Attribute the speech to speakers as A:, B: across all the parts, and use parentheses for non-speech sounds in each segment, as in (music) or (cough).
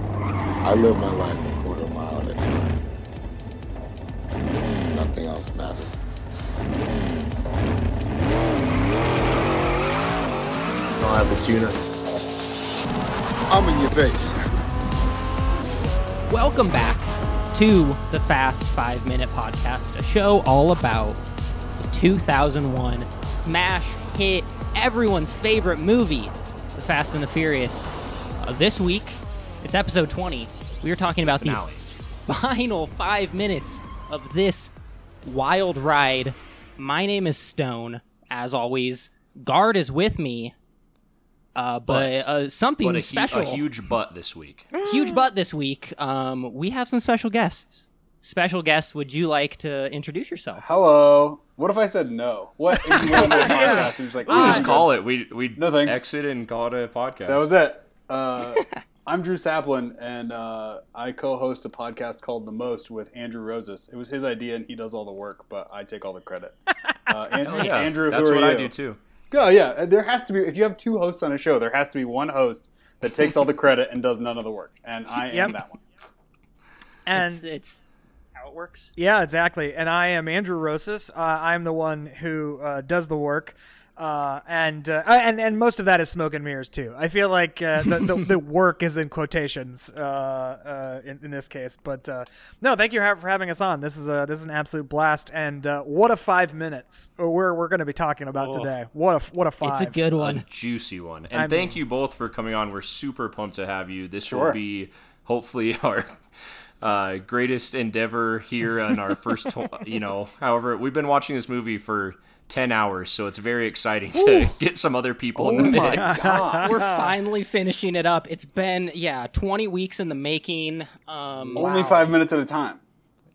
A: I live my life a quarter mile at a time. Nothing else matters. I'll have a tuna. I'm in your face.
B: Welcome back to the Fast Five Minute Podcast, a show all about the 2001 smash hit, everyone's favorite movie, The Fast and the Furious. Uh, this week, it's episode 20. We are talking about
C: Finale.
B: the final five minutes of this wild ride. My name is Stone, as always. Guard is with me. Uh, but,
C: But-
B: uh, something
C: But a, hu-
B: special
C: a huge butt this week.
B: huge butt this week. Um, we have some special guests. Special guests, would you like to introduce yourself?
D: hello. What if I said no? What if you
C: (laughs)
D: went into a podcast and you're just like,
C: We
D: "Ah,
C: just call it. We we
D: No, thanks.
C: exit and call it a podcast.
D: That was it. Uh, I'm Drew Saplin, and uh, I co-host a podcast called The Most with Andrew Roses. It was his idea, and he does all the work, but I take all the credit.
C: (laughs)
D: Uh, and,
C: Oh, yeah.
D: Andrew,
C: That's
D: who are
C: what I
D: you?
C: do too.
D: Oh yeah, there has to be. If you have two hosts on a show, there has to be one host that takes all the credit and does none of the work, and I
E: Yep.
D: am that one.
E: And
B: it's, it's how it works.
E: yeah, exactly. And I am Andrew Rosas. Uh, I'm the one who uh, does the work. Uh, and uh, and and most of that is smoke and mirrors too. I feel like uh, the, the the work is in quotations uh, uh, in, in this case, but uh, no, thank you ha- for having us on. This is a this is an absolute blast, and uh, what a five minutes uh, we're we're going to be talking about today. What a what a five.
B: It's a good
C: A
B: one.
C: juicy one. And thank you both for coming on. We're super pumped to have you. This will
D: Sure.
C: be hopefully (laughs) our uh, greatest endeavor here on our first, tw- (laughs) you know, however, we've been watching this movie for 10 hours, so it's very exciting to (laughs) get some other people in the mix.
D: Oh (laughs) God!
B: We're finally finishing it up. It's been yeah, 20 weeks in the making. Um,
D: Only five minutes at a time.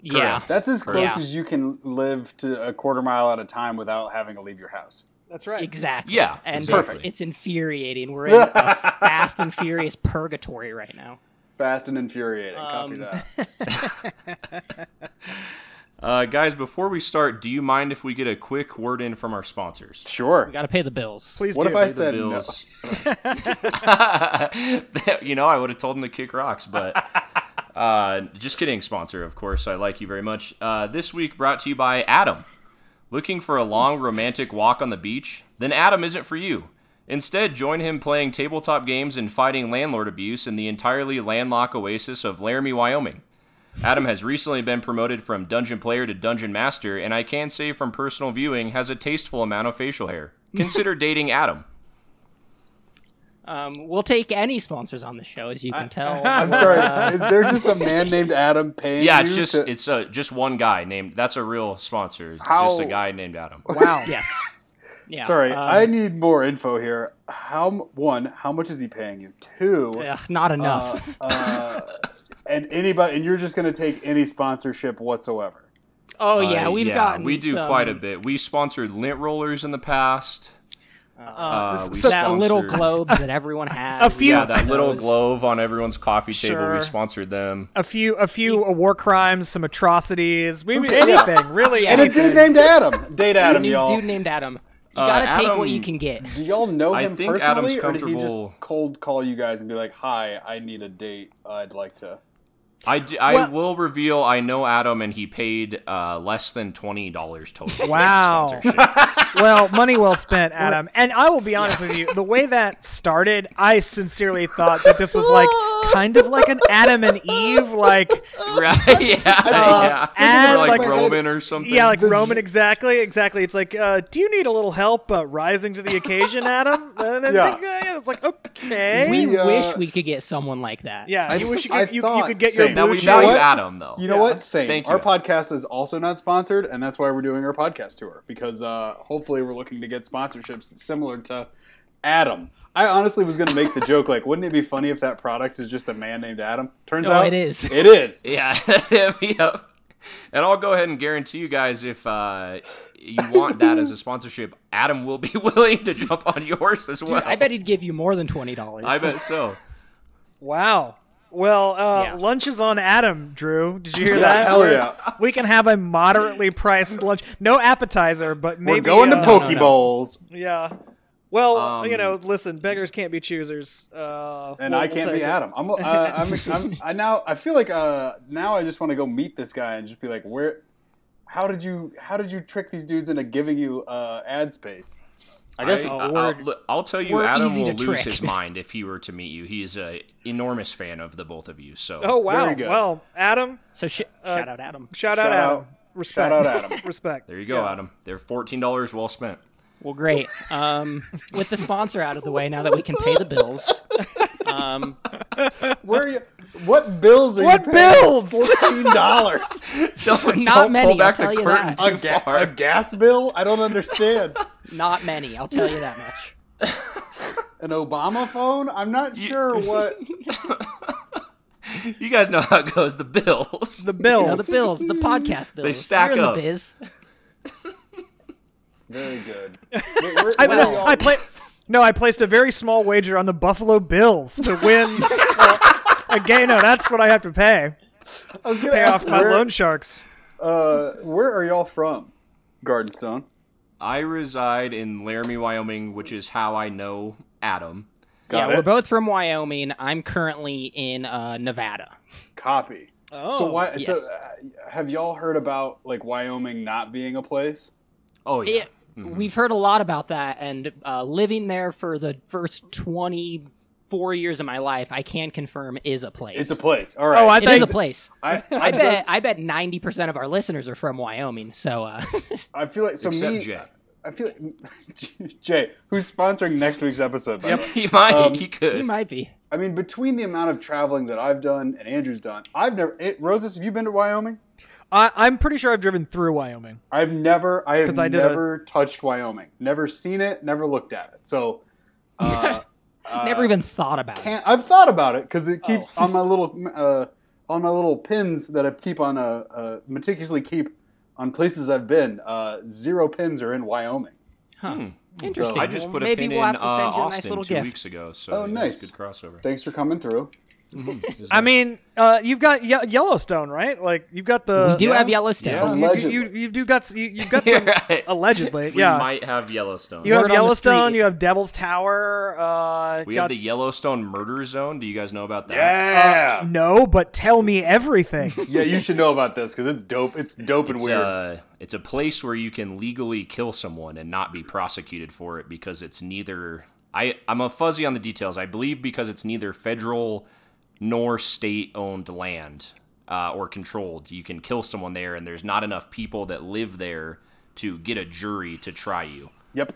B: yeah.
D: That's as close
B: Yeah.
D: as you can live to a quarter mile at a time without having to leave your house.
E: That's right.
B: Exactly.
C: Yeah,
B: and
C: exactly.
B: It's, it's infuriating. We're in a fast and furious purgatory right now.
D: Fast and infuriating. Copy
B: Um,
D: that.
C: Uh, guys, before we start, do you mind if we get a quick word in from our sponsors?
D: Sure.
B: We got to pay the bills.
E: Please
D: What
E: do.
D: if I
C: Pay the
D: said no?
C: bills. you know, I would have told him to kick rocks, but uh, just kidding, sponsor. Of course, I like you very much. Uh, this week brought to you by Adam. Looking for a long romantic walk on the beach? Then Adam isn't for you. Instead, join him playing tabletop games and fighting landlord abuse in the entirely landlocked oasis of Laramie, Wyoming. Adam has recently been promoted from dungeon player to dungeon master, and I can say from personal viewing, has a tasteful amount of facial hair. Consider dating Adam.
B: Um, we'll take any sponsors on the show, as you can tell.
D: I'm (laughs) sorry. Is there just a man named Adam paying?
C: Yeah,
D: you
C: it's just
D: to-
C: it's uh, just one guy named. That's a real sponsor.
D: How-
C: Just a guy named Adam.
E: wow.
B: yes. Yeah.
D: Sorry,
B: um,
D: I need more info here. How m- one? How much is he paying you? Two.
B: Ugh, not enough.
D: uh, and anybody, and you're just going to take any sponsorship whatsoever.
B: (laughs) Oh yeah, we've
C: yeah,
B: gotten
C: we do
B: some-
C: quite a bit. We sponsored lint rollers in the past.
E: Uh,
C: Uh, we
E: so-
B: that little
C: sponsored-
B: globes that everyone has.
E: (laughs) A few-
C: Yeah, that little
B: Those-
C: glove on everyone's coffee table. We
E: Sure.
C: sponsored them.
E: a few a few uh, war crimes, some atrocities, we anything really.
B: Yeah.
D: And a
E: anything.
D: dude named Adam. Date Adam,
B: New
D: y'all.
B: dude named Adam. You
C: Uh,
B: gotta take what
C: Adam-
B: you can get.
D: Do y'all know
C: I
D: him
C: think
D: personally,
C: Adam's
D: or did he just
C: comfortable-
D: cold call you guys and be like, "Hi, I need a date. I'd like to."
C: I, d- I
E: Well-
C: will reveal. I know Adam, and he paid uh, less than twenty dollars total. for the
E: (laughs) Wow.
C: sponsorship.
E: (laughs) well, money well spent, Adam. And I will be honest with you, the way that started, I sincerely thought that this was like kind of like an Adam and Eve, like
C: (laughs) right? Yeah, yeah.
E: and
C: or like,
E: like-
C: Roman or something.
E: yeah, like Roman. Exactly, exactly. It's like, uh, do you need a little help uh, rising to the
D: (laughs)
E: occasion, Adam? And then
D: Yeah.
E: think, uh, yeah. It's like okay.
B: We
D: uh,
B: wish we could get someone like that.
E: yeah,
D: I-
E: you wish you
D: I
E: could, you, you
D: thought
E: could get
D: same.
E: your
C: now we
E: blue
D: know
C: value
D: what?
C: Adam though.
D: You know what? Same.
C: Thank you,
D: our
C: Adam.
D: podcast is also not sponsored, and that's why we're doing our podcast tour because uh, hopefully we're looking to get sponsorships similar to Adam. I honestly was going to
E: (laughs)
D: make the joke like, wouldn't it be funny if that product is just a man named Adam? Turns
B: No,
D: out
B: it is.
D: (laughs) It is.
C: Yeah, (laughs) yep. And I'll go ahead and guarantee you guys, if uh, you want that as a sponsorship, Adam will be (laughs) willing to jump on yours as well.
B: I bet he'd give you more than twenty dollars.
C: I bet so.
E: Wow. Well, uh,
B: Yeah.
E: lunch is on Adam, Drew. Did you hear
D: Yeah,
E: that?
D: hell
E: We're-
D: yeah.
E: We can have a moderately priced lunch. No appetizer, but (laughs) maybe
D: we're going
E: uh,
D: to Poke
B: no.
D: Bowls.
E: Yeah. Well,
C: Um,
E: you know, listen, beggars can't be choosers. Uh,
D: and
E: we'll-
D: I
E: we'll
D: can't
E: take
D: be
E: it.
D: Adam.
E: (laughs)
D: I'm, uh, I'm, I'm, I now I feel like uh, now I just want to go meet this guy and just be like, where? How did you how did you trick these dudes into giving you uh, ad space?
C: I
E: guess-
C: I,
E: Oh,
C: will
E: we're-
C: tell you,
B: we're
C: Adam
B: easy
C: will
B: to
C: lose
B: trick.
C: his mind if he were to meet you. He is a enormous fan of the both of you. So,
E: Oh wow!
D: Very good.
E: Well, Adam,
B: So sh-
E: uh,
B: shout out Adam.
E: shout,
D: Shout
E: out Adam.
D: out-
E: Respect.
D: shout out Adam.
E: (laughs) Respect.
C: there you go, Adam. They're fourteen dollars
B: (laughs)
C: well spent.
B: Well, great. Um, with the sponsor out of the way, now that we can pay the bills, um,
D: Where are you? What bills are
E: What
D: you paying?
E: bills?
D: Fourteen
E: (laughs)
D: dollars.
C: (laughs) Don't,
B: Not many,
C: Pull back
B: I'll tell
C: the
B: you
C: curtain
B: that.
C: too
D: a, ga-
C: far.
D: a (laughs) gas bill? I don't understand.
B: not many. I'll tell you that much.
D: An Obama phone? I'm not
E: (laughs)
D: sure what.
C: You guys know how it goes. The bills. (laughs)
E: The
B: You know,
E: bills.
B: the bills, the podcast bills.
C: stack
B: You're in
C: up.
B: The biz.
D: Very good. Wait, where-
E: (laughs) I,
D: where
E: no,
D: are y'all-
E: I play. No, I placed a very small wager on the Buffalo Bills to win.
D: (laughs)
E: (laughs) uh, a game. No, that's what I have to pay.
D: I was gonna
E: Pay
D: ask
E: off my
D: where,
E: loan sharks.
D: Uh, where are y'all from? Gardenstone.
C: I reside in Laramie, Wyoming, which is how I know Adam.
D: Got
B: yeah,
D: it.
B: we're both from Wyoming. I'm currently in uh, Nevada.
D: Copy.
E: Oh,
D: so why? So
B: yes.
D: uh, have y'all heard about like Wyoming not being a place?
C: Oh yeah.
B: It,
D: Mm-hmm.
B: We've heard a lot about that, and uh, living there for the first 24 years of my life, I can confirm is a place.
D: It's a place. All right.
E: Oh, I
B: It is a
E: think
B: place.
D: I,
B: I
D: I've
B: bet.
D: done-
B: I bet 90% of our listeners are from Wyoming. So uh, (laughs)
D: I feel like so
C: Except
D: me.
C: Jay.
D: I feel like (laughs) Jay, who's sponsoring next week's episode. By the way.
C: He might. he could.
B: you um, might be.
D: I mean, between the amount of traveling that I've done and Andrew's done, I've never. It, Roses, have you been to Wyoming?
E: I, I'm pretty sure I've driven through Wyoming.
D: I've never, I have
E: 'Cause I did a-
D: never touched Wyoming. Never seen it. Never looked at it. So, uh,
B: Never even thought about it.
D: can't, I've thought about it because it keeps
E: Oh.
D: on my little, uh, on my little pins that I keep on, uh, uh, meticulously keep on places I've been. Uh, zero pins are in Wyoming.
B: Huh. Interesting.
C: I just put a
B: Maybe
C: pin
B: we'll have
C: in
B: to
C: uh,
B: send you a nice
C: Austin
B: little
C: two
B: gift.
C: weeks ago. So
D: Oh,
C: yeah,
D: nice.
C: it's a good crossover.
D: Thanks for coming through.
E: I mean, uh, you've got Ye- Yellowstone, right? Like you've got the.
B: We do
C: yeah.
B: have Yellowstone.
C: Yeah.
E: You, you,
D: Allegedly.
E: you, you do got s- you,
C: (laughs)
E: you've got some
C: Right.
E: allegedly.
C: we
E: yeah,
C: might have Yellowstone.
E: you
B: Word on
E: have
B: the
E: Yellowstone.
B: street.
E: You have Devil's Tower. Uh,
C: we
E: got-
C: have the Yellowstone Murder Zone. Do you guys know about that?
D: Yeah.
E: no, but tell me
D: (laughs)
E: everything.
D: yeah, you should know about this because it's dope. It's dope and
C: It's
D: weird.
E: uh,
C: a, it's a place where you can legally kill someone and not be prosecuted for it because it's neither I I'm a fuzzy on the details. I believe because it's neither federal nor state owned land uh, or controlled. You can kill someone there, and there's not enough people that live there to get a jury to try you.
D: yep.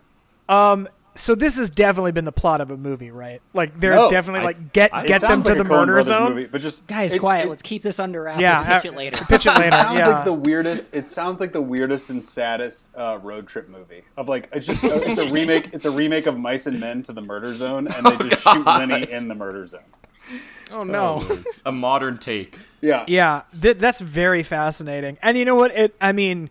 E: so this has definitely been the plot of a movie, right? Like there's
D: No,
E: definitely
C: I-
E: like get
C: I- It
E: get
D: It
E: them
D: sounds
E: to
D: like
E: the
D: a Coen
E: murder
D: Brothers
E: zone.
D: movie, but just
B: Guys,
D: it's-
B: quiet.
D: it-
B: Let's keep this under wraps.
E: Yeah,
B: Yeah, pitch
E: uh,
B: it later.
E: Pitch it later.
D: sounds
E: yeah.
D: like the weirdest. It sounds like the weirdest and saddest uh, road trip movie of like it's just uh, it's a remake. It's a remake of Mice and Men to the Murder Zone, and
E: Oh,
D: they just shoot Lenny in the Murder Zone.
B: oh no.
C: a modern take.
D: Yeah,
E: Yeah, th- that's very fascinating. And you know what? It. I mean,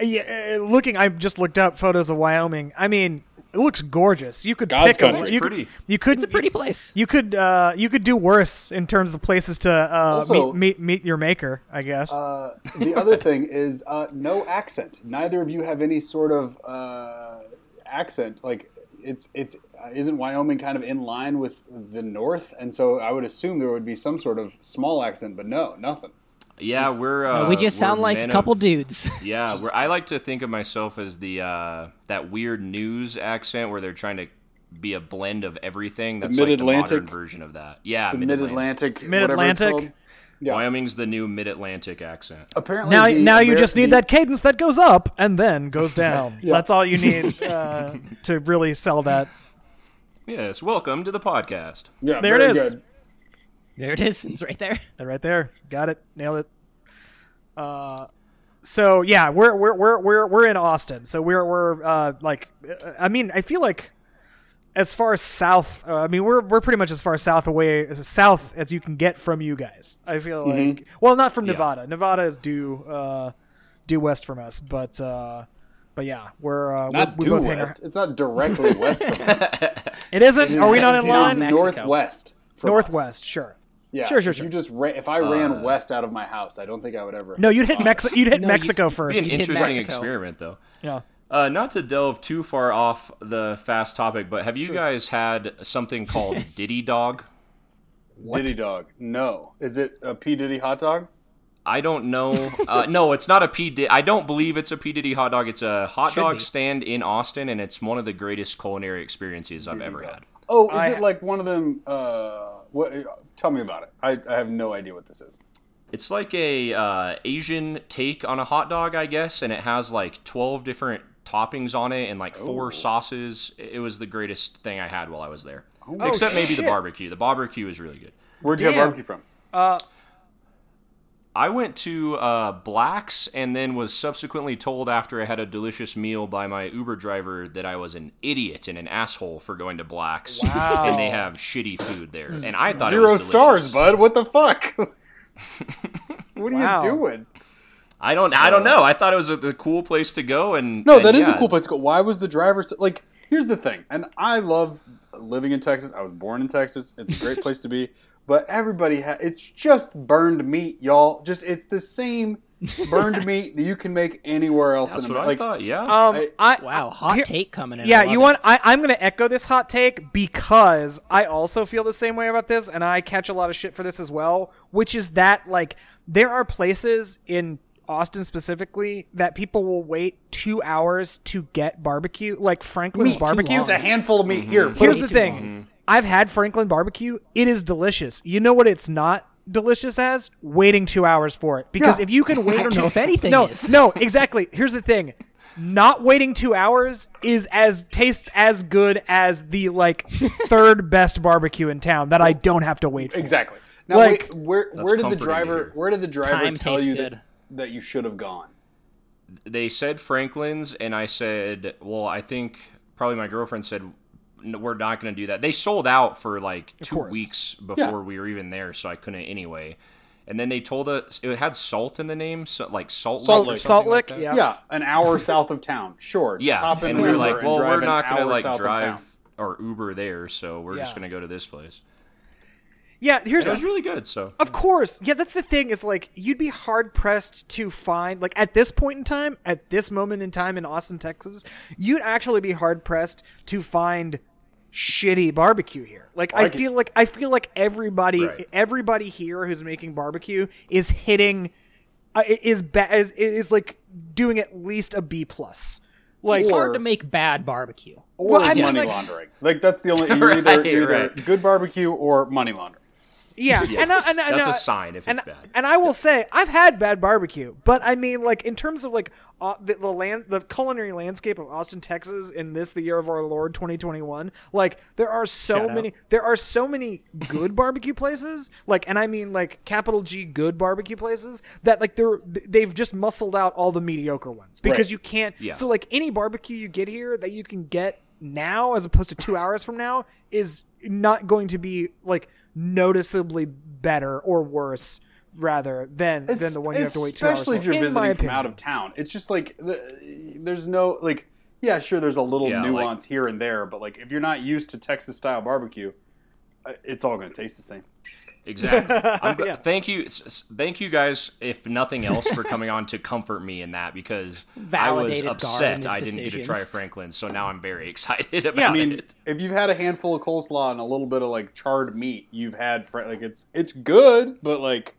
E: yeah, uh, looking. I just looked up photos of Wyoming. I mean, it looks gorgeous. You could
D: God's
E: pick a-
D: country.
E: you could-
C: Pretty.
E: you could.
B: It's a (laughs) pretty place.
E: You could. Uh, you could do worse in terms of places to uh,
D: Also-
E: meet, meet meet your maker. I guess.
D: Uh, the other thing is uh, no accent. Neither of you have any sort of uh, accent. Like it's it's uh, isn't Wyoming kind of in line with the North, and so I would assume there would be some sort of small accent, but no, nothing.
C: Yeah, we're uh,
B: we just
C: we're
B: sound like a
C: men
B: couple
C: of-
B: dudes.
C: Yeah, where I like to think of myself as the uh, that weird news accent where they're trying to be a blend of everything. That's like the
D: Mid-Atlantic.
C: modern version of that. Yeah,
D: Mid Atlantic,
E: Mid-Atlantic.
D: Yeah.
C: Wyoming's the new Mid Atlantic accent.
D: Apparently,
E: now,
D: the
E: now you
D: Ameri-
E: just need
D: the-
E: that cadence that goes up and
D: (laughs)
E: then goes down. That's all you need uh, to really sell that.
C: Yes, welcome to the podcast.
D: Yeah,
E: There
D: very
E: it is.
D: good.
B: There it is. It's right there.
E: Right there, got it, nailed it. Uh, so yeah, we're we're we're we're we're in Austin. So we're we're uh, like, uh, I mean, I feel like as far south, uh, I mean, we're we're pretty much as far south away as south as you can get from you guys. I feel
D: Mm-hmm.
E: like, well, not from Nevada. Nevada is due uh, due west from us, but uh, but yeah, we're uh,
D: Not
E: we, we
D: due
E: both hang our-
D: west. It's not
E: (laughs)
D: directly west from us.
E: It isn't. Are we not in
D: It's
E: line?
B: Mexico.
D: northwest. from us.
E: Northwest, sure.
D: Yeah.
E: Sure, sure,
D: if
E: sure.
D: You just ra- if I ran
E: Uh,
D: west out of my house, I don't think I would ever. (laughs)
E: No, you'd hit Mexico. You'd hit
B: No, you-
E: Mexico
B: you (laughs)
E: first.
C: Be an
B: hit
C: interesting
B: Mexico.
C: experiment, though.
E: Yeah.
C: Uh, not to delve too far off the fast topic, but have you guys had something
B: (laughs)
C: called Diddy Dog?
D: Diddy dog. No. Is it a P Diddy hot dog?
C: I don't know. Uh, no, it's not a P. Di- I don't believe it's a P Diddy hot dog. It's a hot
B: Should
C: dog
B: be.
C: stand in Austin, and it's one of the greatest culinary experiences I've ever had.
D: Oh, is
E: I-
D: it like one of them? Uh, what? Tell me about it. I, I have no idea what this is.
C: It's like a uh, Asian take on a hot dog, I guess, and it has like twelve different toppings on it and like
B: Oh.
C: four sauces. It it was the greatest thing I had while I was there,
B: Oh,
C: except maybe the
E: shit.
C: barbecue. The barbecue is really good.
D: Where'd you have
E: Damn.
D: barbecue from?
C: I went to uh, Black's and then was subsequently told after I had a delicious meal by my Uber driver that I was an idiot and an asshole for going to Black's.
E: Wow.
C: And they have shitty food there. And I thought it
D: Zero
C: was
D: stars,
C: delicious.
D: bud. What the fuck? (laughs) what are
E: Wow.
D: you doing?
C: I don't. I don't know. I thought it was a, the cool place to go. And
D: No,
C: and
D: that is
C: yeah.
D: a cool place to go. Why was the driver so, like? Here's the thing, and I love living in Texas. I was born in Texas. It's a great place to be. (laughs) But everybody, ha- it's just burned meat, y'all. Just it's
C: (laughs)
D: the same burned meat that you can make anywhere else.
C: That's
D: in
C: what I
D: America. like,
C: thought. Yeah.
E: Um,
D: I-
E: I,
B: Wow, hot
E: Here-
B: take coming in. I
E: Yeah,
B: love
E: you
B: it.
E: want? I, I'm going to echo this hot take because I also feel the same way about this, and I catch a lot of shit for this as well. Which is that like there are places in Austin specifically that people will wait two hours to get barbecue, like Franklin's barbecue.
D: Just a handful of meat
C: Mm-hmm.
D: here. put
E: Here's
D: it-
E: the thing. Mm-hmm. I've had Franklin barbecue. It is delicious. You know what it's not delicious as? Waiting 2 hours for it. Because
D: Yeah.
E: if you can
B: (laughs)
E: wait
B: I don't
E: two-
B: know if anything
E: No,
B: is.
E: no, exactly. Here's the thing. Not waiting 2 hours is as tastes as good as
B: (laughs)
E: the like third best barbecue in town that I don't have to wait for.
D: exactly. Now,
E: Like-
D: wait, where where did the
C: comforting to
D: driver
C: hear.
D: where did the driver
B: Time
D: tell
B: tastes
D: you
B: good.
D: that, that you should have gone?
C: they said Franklin's, and I said, well, I think probably my girlfriend said, "No, we're not going to do that. They sold out for like two
E: course.
C: weeks before we were even there, so I couldn't anyway. And then they told us it had salt in the name, so like salt,
D: Salt
C: Lick or
D: Lick.
C: something
E: Salt
C: like
E: Lick,
C: that.
E: yeah.
D: Yeah, an hour (laughs) south of town. Sure. just
C: yeah.
D: hop in
C: And
D: an
C: we were
D: Uber
C: like,
D: and
C: well,
D: drive
C: we're
D: an
C: not going to
D: hour
C: like
D: south of town.
C: drive or Uber there, so we're just
E: Yeah.
C: going to go to this place.
E: Yeah, here's
C: It
E: the
C: was really good, so
E: Of course. Yeah, that's the thing is like you'd be hard pressed to find like at this point in time, at this moment in time in Austin, Texas, you'd actually be hard pressed to find shitty barbecue here. Like I, feel like I feel like everybody
C: Right.
E: everybody here who's making barbecue is hitting uh, is ba- is is like doing at least a B plus. Like
B: It's
D: Or-
B: hard to make bad barbecue.
D: or
E: Well, I mean,
D: money
E: like-
D: laundering. Like that's the
E: (laughs)
D: only you're either,
C: Right,
D: you're either
C: right.
D: good barbecue or money laundering.
C: (laughs)
E: Yeah, and, I, and I-
C: that's
E: and I-
C: a sign if
E: and,
C: it's bad.
E: And I will say, I've had bad barbecue, but I mean, like in terms of like uh, the, the land, the culinary landscape of Austin, Texas, in this the year of our Lord 2021, like there are so
B: out.
E: many, there are so many
C: (laughs)
E: good barbecue places, like, and I mean like capital G good barbecue places that like they're they've just muscled out all the mediocre ones because
D: Right.
E: you can't.
C: Yeah.
E: So like any barbecue you get here that you can get now as opposed to two hours from now is not going to be like noticeably better or worse rather than than the one you have to wait two hours
D: Especially
E: for,
D: if you're
E: in
D: visiting
E: my
D: from
E: opinion.
D: out of town. It's just like the, there's no like yeah, sure there's a little
C: Yeah, like-
D: nuance here and there, but like if you're not used to Texas style barbecue, uh, it's all going to taste the same.
C: Exactly.
D: (laughs)
C: I'm gl- Thank you, s- s- thank you guys, if nothing else, for coming on to comfort me in that because
B: Validated
C: I was upset
B: Darwin's
C: I didn't get to try
B: decisions.
C: Franklin, so now I'm very (laughs) excited about
D: I mean,
C: it.
D: if you've had a handful of coleslaw and a little bit of like charred meat, you've had fr- like it's it's good, but like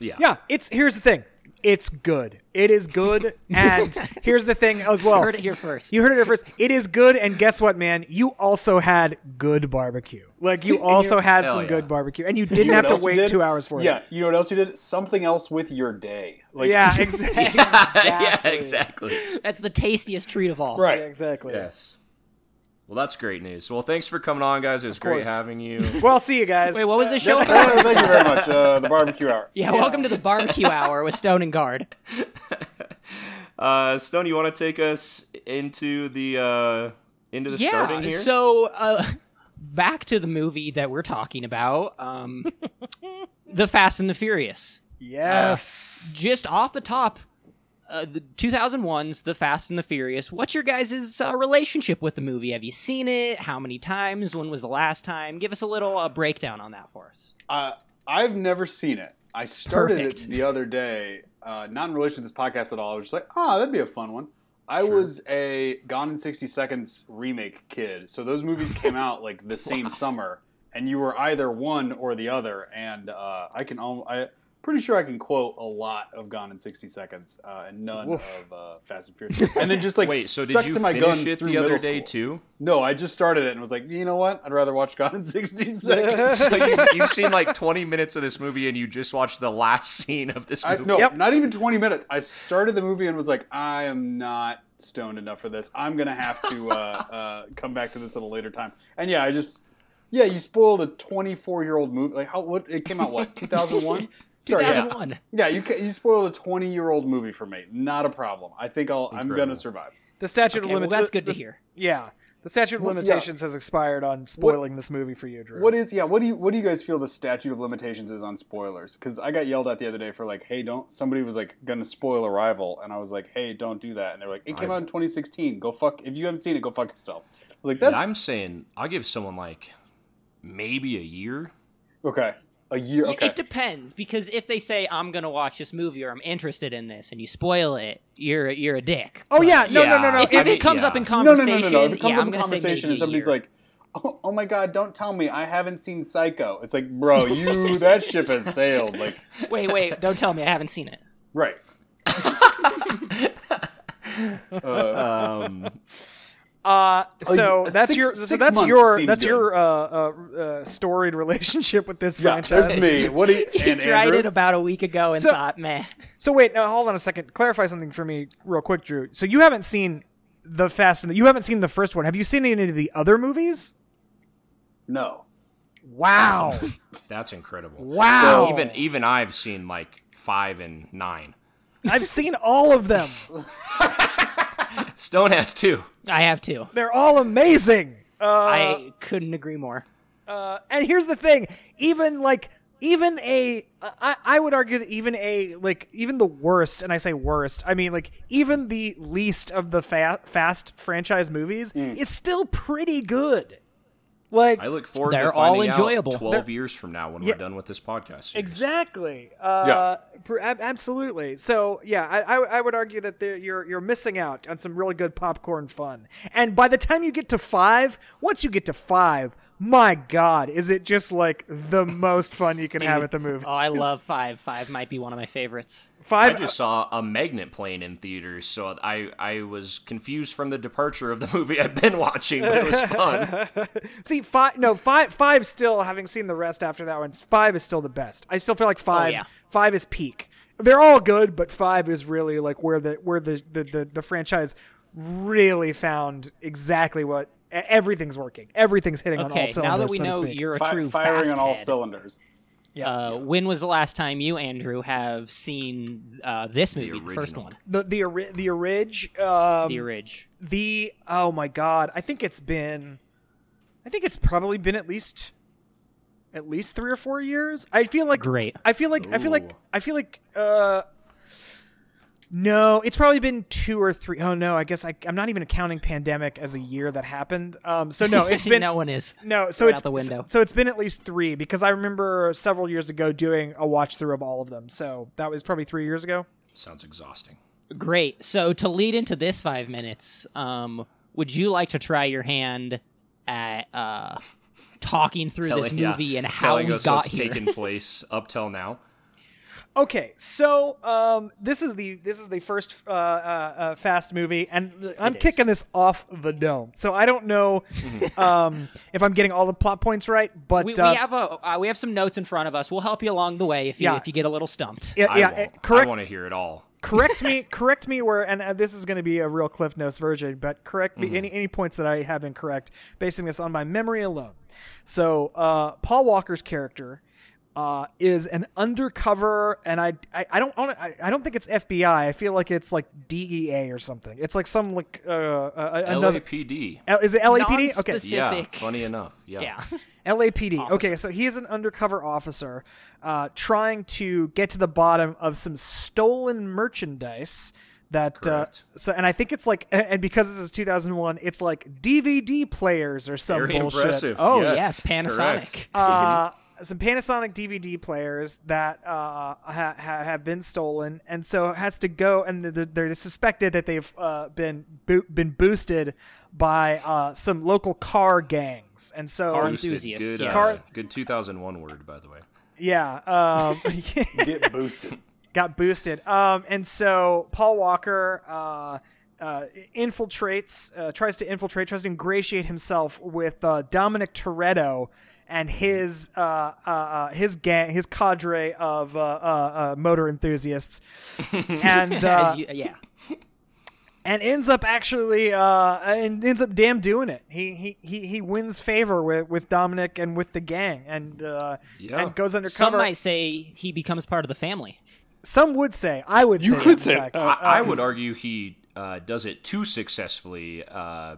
C: Yeah.
E: yeah it's here's the thing it's good it
B: (laughs)
E: is good and here's the thing as well
B: Heard it here first.
E: you heard it here first it is good and guess what man you also had good barbecue
D: (laughs)
E: like you also had
C: Hell
E: some
C: yeah.
E: good barbecue and you didn't
D: You know
E: have
D: what
E: to
D: else you
E: wait
D: did?
E: two hours for
D: Yeah, you know what else you did? Something else with your day.
E: it
D: Like, (laughs)
E: yeah exactly
C: yeah, (laughs) exactly.
B: That's the tastiest treat of all.
D: right.
E: exactly
C: Yes. Well, that's great news. Well, thanks for coming on, guys. It was great
E: course.
C: having
D: (laughs)
C: you.
E: well see you guys
B: Wait, what was the show? (laughs)
D: All right, thank you very much. Uh, the
C: (laughs)
D: barbecue hour.
B: yeah, welcome to the (laughs) barbecue hour with Stone and Guard.
C: Uh, Stone, you want to take us into the uh, into the
B: yeah.
C: starting here?
B: So uh, back to the movie that we're talking about, (laughs) um, the Fast and the Furious.
E: yes
B: Just off the top, uh, the 2001's The Fast and the Furious. What's your guys' uh, relationship with the movie? Have you seen it? How many times? When was the last time? Give us a little uh, breakdown on that for us.
D: Uh, I've never seen it. I started
B: Perfect.
D: it the other day, uh, not in relation to this podcast at all. I was just like, ah, that'd be a fun one. I was a Gone in 60 Seconds remake kid. So those
C: (laughs)
D: movies came out like the same summer, and you were either one or the other. And uh, I can, al- I pretty sure I can quote a lot of Gone in 60 Seconds uh, and none of uh, Fast and Furious. And then just like
C: Wait, so
D: stuck
C: did you
D: to my
C: finish
D: guns
C: it
D: through
C: the other
D: middle
C: day
D: school.
C: too?
D: No, I just started it and was like, you know what? I'd rather watch Gone in (laughs) 60 (laughs) Seconds.
C: So you, you've seen like 20 minutes of this movie and you just watched the last (laughs) scene of this
D: I,
C: movie.
D: no, not even 20 minutes. I started the movie and was like, I am not stoned enough for this. I'm going to have to uh, uh, come back to this at a later time. And yeah, I just, yeah, you spoiled a 24 year old movie. Like, how, what, it came out, what, 2001? Sorry, yeah.
B: 2001.
D: Yeah, you, ca- you spoiled a 20 year old movie for me. Not a problem. I think I'll, I'm going to
C: Incredible.
D: survive.
E: The statute
B: Okay,
E: of
B: well, that's
E: limitations.
B: good to hear.
E: Yeah, the statute of
D: Well, yeah.
E: limitations has expired on spoiling this movie for you, Drew.
D: What is yeah? What do you what do you guys feel the statute of limitations is on spoilers? Because I got yelled at the other day for like, hey, don't. Somebody was like gonna spoil Arrival, and I was like, hey, don't do that. And they're like, it came out in 2016. Go fuck. If you haven't seen it, go fuck yourself. I was like,
C: And
D: that's
C: I'm saying I'll give someone like maybe a year.
D: okay. A year. Okay.
B: It depends because if they say I'm gonna watch this movie or I'm interested in this and you spoil it, you're you're a dick.
E: Oh yeah, no, no, no, no.
C: Yeah.
B: If, if
C: I mean,
B: it comes
C: yeah.
B: up in
D: no, no, no,
B: conversation,
D: no, no. If it comes
B: yeah,
D: up
B: I'm
D: in
B: gonna say
D: conversation
B: maybe
D: and somebody's
B: a year.
D: like, oh, oh my god, don't tell me I haven't seen Psycho. It's like,
B: (laughs)
D: bro, you that ship has sailed. Like,
B: wait,
D: (laughs)
B: wait, don't tell me I haven't seen it.
D: right.
E: Uh, so
D: yeah,
E: that's
D: six-
E: your so
D: six
E: that's
D: months
E: your
D: seems
E: that's
D: good.
E: your uh, uh, uh, storied (laughs) relationship with this
D: Yeah,
E: franchise.
D: there's me. What do you,
B: (laughs) You
D: (laughs) and
B: tried
D: Andrew?
B: it about a week ago and
E: So-
B: thought, meh.
E: So wait, now hold on a second. Clarify something for me, real quick, Drew. So you haven't seen the Fast and the, you haven't seen the first one. Have you seen any of the other movies?
D: no.
E: Wow,
C: That's incredible.
E: wow.
C: Even even I've seen like five and nine.
E: I've seen all of them.
C: Stone has two.
B: I have to.
E: They're all amazing. Uh,
B: I couldn't agree more.
E: and here's the thing even like even a I, I would argue that even a like even the worst and i say worst i mean like even the least of the fa- fast franchise movies
B: Hmm.
E: is still pretty good like
C: I look forward
B: They're
C: to
B: all
C: finding
B: enjoyable.
C: out 12 years from now when
E: Yeah.
C: we're done with this podcast. series.
E: Exactly. Uh, per- ab- absolutely. So yeah, I, I, I would argue that there- you're you're missing out on some really good popcorn fun. And by the time you get to five, once you get to five, my God, is it just like the most fun you can have at the movie?
B: Oh, I love five. Five might be one of my favorites.
C: I
E: five.
C: just saw a magnet plane in theaters, so I, I was confused from the departure of the (laughs) movie I've been watching, but it was fun.
B: (laughs)
E: see, five. No, five. Five. Still, having seen the rest after that one, five is still the best. I still feel like five.
B: Oh, yeah.
E: Five is peak. They're all good, but five is really like where the where the the the, the franchise really found exactly what e- everything's working. Everything's hitting on all
B: Okay,
E: cylinders.
B: now that we
E: so to
B: know
E: speak.
B: you're a
D: Fi-
B: true
D: firing
B: fast
D: on all
B: head,
D: cylinders.
B: uh, when was the last time you, Andrew, have seen uh, this movie, the, first
C: original.
B: one,
E: the the ori- the orig, um,
B: The Ridge?
E: the oh my god, I think it's been, I think it's probably been at least, at least three or four years. I feel like
B: Great.
E: I feel like I feel like
C: Ooh.
E: I feel like uh no, it's probably been two or three. Oh no, I guess I, I'm not even counting pandemic as a year that happened. Um,
B: (laughs)
E: so no, it's been
B: no one is.
E: no, so
B: Right
E: it's
B: out the window.
E: so it's been at least three because I remember several years ago doing a watch through of all of them. So that was probably three years ago.
C: Sounds exhausting.
B: Great. So to lead into this five minutes, um, would you like to try your hand at uh, talking through this
C: Telling- yeah,
B: movie and how we
C: telling us
B: got
C: what's
B: here?
C: taken place up till now.
E: Okay, so um, this is the this is the first uh, uh, uh, fast movie, and th- I'm
B: is.
E: kicking this off the dome. So I don't know um, if I'm getting all the plot points right, but
B: we,
E: uh,
B: we have a uh, we have some notes in front of us. We'll help you along the way if you
E: Yeah.
B: if you get a little stumped.
E: yeah,
C: I
E: yeah,
C: won't.
E: eh, correct.
C: I want to hear it all.
E: correct me correct me where and uh, this is going to be a real cliff notes version but correct me any any points that i have incorrect basing this on my memory alone so uh paul walker's character uh, is an undercover, and I I, I don't own- I, I don't think it's FBI. I feel like it's like DEA or something. It's like some like uh, uh another
C: LAPD.
E: L- is it LAPD? Okay,
B: Non-specific.
C: Yeah,
B: Pacific.
C: funny enough. Yeah.
B: Yeah.
E: LAPD. Okay, so he is an undercover officer uh, trying to get to the bottom of some stolen merchandise that uh,
C: Correct.
E: so and I think it's like a- and because this is 2001, it's like DVD players or some
C: Very
E: bullshit.
C: impressive.
B: Oh yes,
C: yes
B: Panasonic.
C: correct.
E: Uh, some Panasonic DVD players that uh, ha- ha- have been stolen, and so it has to go. And they're, they're suspected that they've uh, been bo- been boosted by uh, some local car gangs, and so
B: Car-
C: Boosted.
B: enthusiast,
C: Good,
B: yes.
C: uh,
E: Car-
C: good 2001 word, by the way.
E: yeah, um, (laughs)
D: Get boosted.
E: got boosted. Um, and so Paul Walker uh, uh, infiltrates, uh, tries to infiltrate, tries to ingratiate himself with uh, Dominic Toretto and his uh, uh, uh, his gang, his cadre of uh, uh, uh,
D: (laughs)
E: motor enthusiasts, and uh,
B: As you, yeah.
E: and ends up actually uh, and ends up damn doing it. He he he, he wins favor with, with Dominic and with the gang, and uh,
C: Yeah.
E: and goes
B: Some
E: undercover.
B: might say he becomes part of the family.
E: Some would say I would.
D: You
E: say
D: could
E: in
D: say uh,
E: fact.
D: that.
C: I, I would argue he uh, does it too successfully, uh,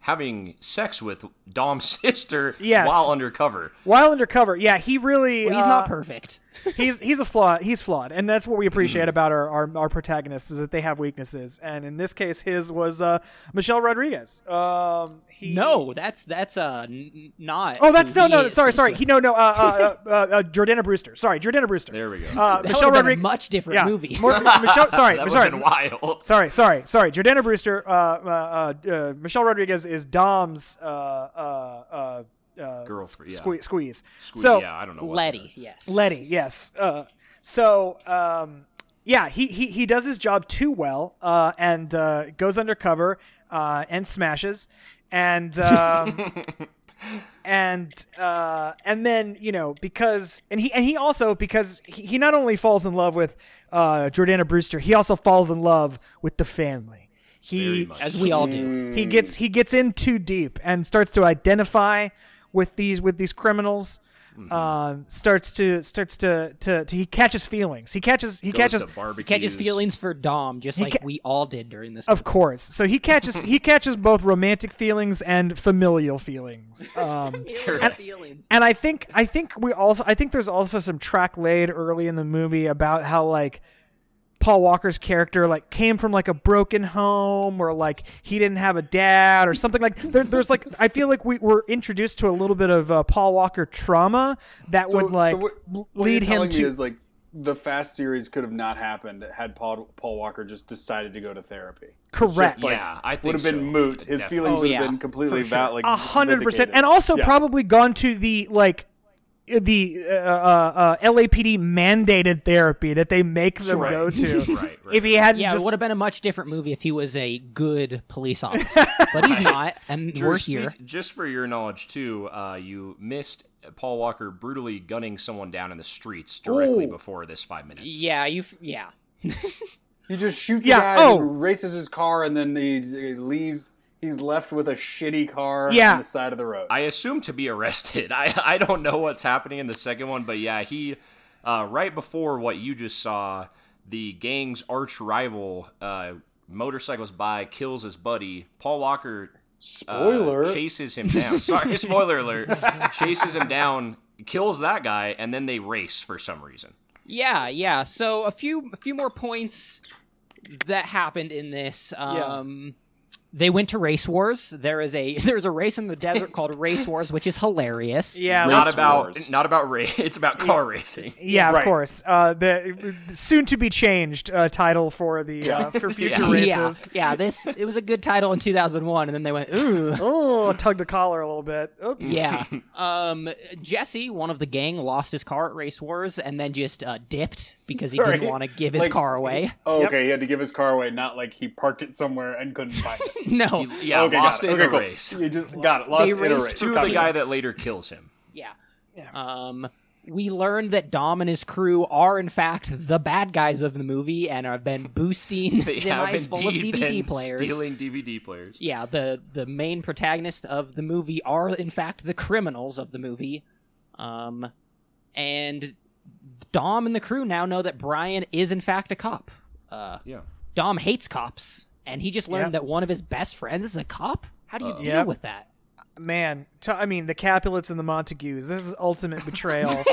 C: having sex with Dom's (laughs) sister
E: Yes.
C: while undercover.
E: While undercover, yeah, he really
B: Well, he's
E: uh,
B: not perfect.
E: he's he's a flawed he's flawed, and that's
C: Mm-hmm.
E: what we appreciate about our, our our protagonists is that they have weaknesses, and in this case, his was uh, Michelle Rodriguez. Um, he,
B: No, that's that's uh n- not.
E: oh, that's
B: who
E: no
B: he
E: no
B: is.
E: sorry sorry
B: That
E: he no no uh,
C: (laughs)
E: uh, uh, uh, Jordana Brewster sorry Jordana Brewster
C: There we go.
E: uh,
B: would've
E: Michelle
B: been a
E: Rodriguez
B: much different
E: yeah
B: movie.
E: More-
C: (laughs)
E: Michelle sorry
C: that would
E: sorry
C: have been wild. (laughs)
E: Sorry, sorry, sorry. Jordana Brewster, uh, uh, uh, uh, Michelle Rodriguez is Dom's uh, uh, uh, uh,
C: Girlfriend, yeah.
E: squeeze, squeeze.
C: Squeeze-
E: So
C: yeah, I don't know.
B: (laughs)
C: What
B: Letty, yes.
E: Letty, yes. Uh, so, um, yeah, he, he he does his job too well, uh, and uh, goes undercover uh, and smashes, and um,
C: (laughs)
E: and uh, and then you know because and he and he also because he, he not only falls in love with uh, Jordana Brewster, he also falls in love with the family.
C: Very
E: He
C: much.
B: as we all do.
E: he gets he gets in too deep and starts to identify with these with these criminals.
C: Mm-hmm.
E: Um, starts to starts to, to to he catches feelings. He catches he
C: Goes
E: catches
C: to barbecues.
B: Catches feelings for Dom, just like
E: ca-
B: we all did during this.
E: of course. So he catches he catches both romantic feelings and
C: (laughs)
E: familial feelings. Um,
C: Correct.
B: feelings.
E: and I think I think we also I think there's also some track laid early in the movie about how like Paul Walker's character like came from like a broken home or like he didn't have a dad or something like there, there's like I feel like we were introduced to a little bit of uh, Paul Walker trauma that would like l-
D: what
E: lead
D: you're telling
E: him
D: me
E: to
D: is like the Fast series could have not happened had Paul Paul Walker just decided to go to therapy.
E: correct.
D: like,
C: yeah, I think
D: Would have
C: so.
D: been moot. His
C: Definitely.
D: feelings
B: Oh,
D: would
B: yeah,
D: have been completely
B: for sure.
D: valid. Like
E: A hundred percent,
D: vindicated.
E: and also
D: Yeah.
E: probably gone to the like the uh, uh, uh, LAPD mandated therapy that they make them
C: Right.
E: go
D: (laughs)
E: to.
C: right, right.
E: If he hadn't
B: Yeah,
E: just
B: it would have been a much different movie if he was a good police
E: (laughs)
B: officer, but he's not, and
C: Drew,
B: we're
C: speak-
B: here.
C: Just for your knowledge, too, uh, you missed Paul Walker brutally gunning someone down in the streets directly before this five minutes.
B: Yeah, you. f- Yeah,
D: He just shoots
E: Yeah,
D: a guy
E: oh.
D: who races his car and then he, he leaves. He's left with a shitty car
E: Yeah.
D: on the side of the road.
C: I assume to be (laughs) arrested. I, I don't know what's happening in the second one, but yeah, he uh, right before what you just saw, the gang's arch rival uh, motorcycles by kills his buddy. Paul Walker uh,
D: Spoiler.
C: chases
B: (laughs)
C: him down. Sorry, spoiler alert. Chases him down, kills that guy, and then they race for some reason.
B: yeah, yeah. So a few, a few more points that happened in this. Um, They went to race wars. There is a (laughs) there's a race
E: (laughs)
B: in the desert called Race Wars, which is hilarious.
E: Yeah,
C: not
D: Race
C: about
D: wars.
C: not about race. (laughs) It's about car racing.
E: yeah, of
D: Right.
E: course. Uh, the soon to be changed uh, title for the uh, for future
B: Yeah,
E: races.
B: yeah. This it was a good title in 2001, and then they went ooh.
E: Oh, tug the collar a little bit. Oops.
B: Yeah. (laughs) um, Jesse, one of the gang, lost his car at Race Wars and then just uh, dipped because he
D: Sorry.
B: didn't want to give his
D: Like-
B: car away.
D: Oh, okay, he had to give his car away, not like he parked it somewhere and couldn't
C: (laughs)
D: find it.
B: (laughs) no.
C: Yeah,
D: okay,
C: lost
D: got it.
C: in
D: okay,
C: a
D: cool.
C: race.
D: You just got it. Lost
B: They
D: in a
B: raced
D: race.
C: To
D: Got
C: the
D: it.
C: guy that later kills him. (laughs)
B: Yeah. Um, we learned that Dom and his crew are, in fact, the bad guys of the movie and have been boosting
C: (laughs) They have
B: semis full of
C: indeed
B: DVD
C: been
B: players.
C: (laughs) stealing DVD players.
B: Yeah, the, the main protagonist of the movie are, in fact, the criminals of the movie. Um, and Dom and the crew now know that Brian is, in fact, a cop. Uh,
C: Yeah.
B: Dom hates cops, and he just learned
E: Yeah.
B: that one of his best friends is a cop. How do you deal
E: Yeah.
B: with that?
E: man. T- I mean, the Capulets and the Montagues. This is ultimate betrayal.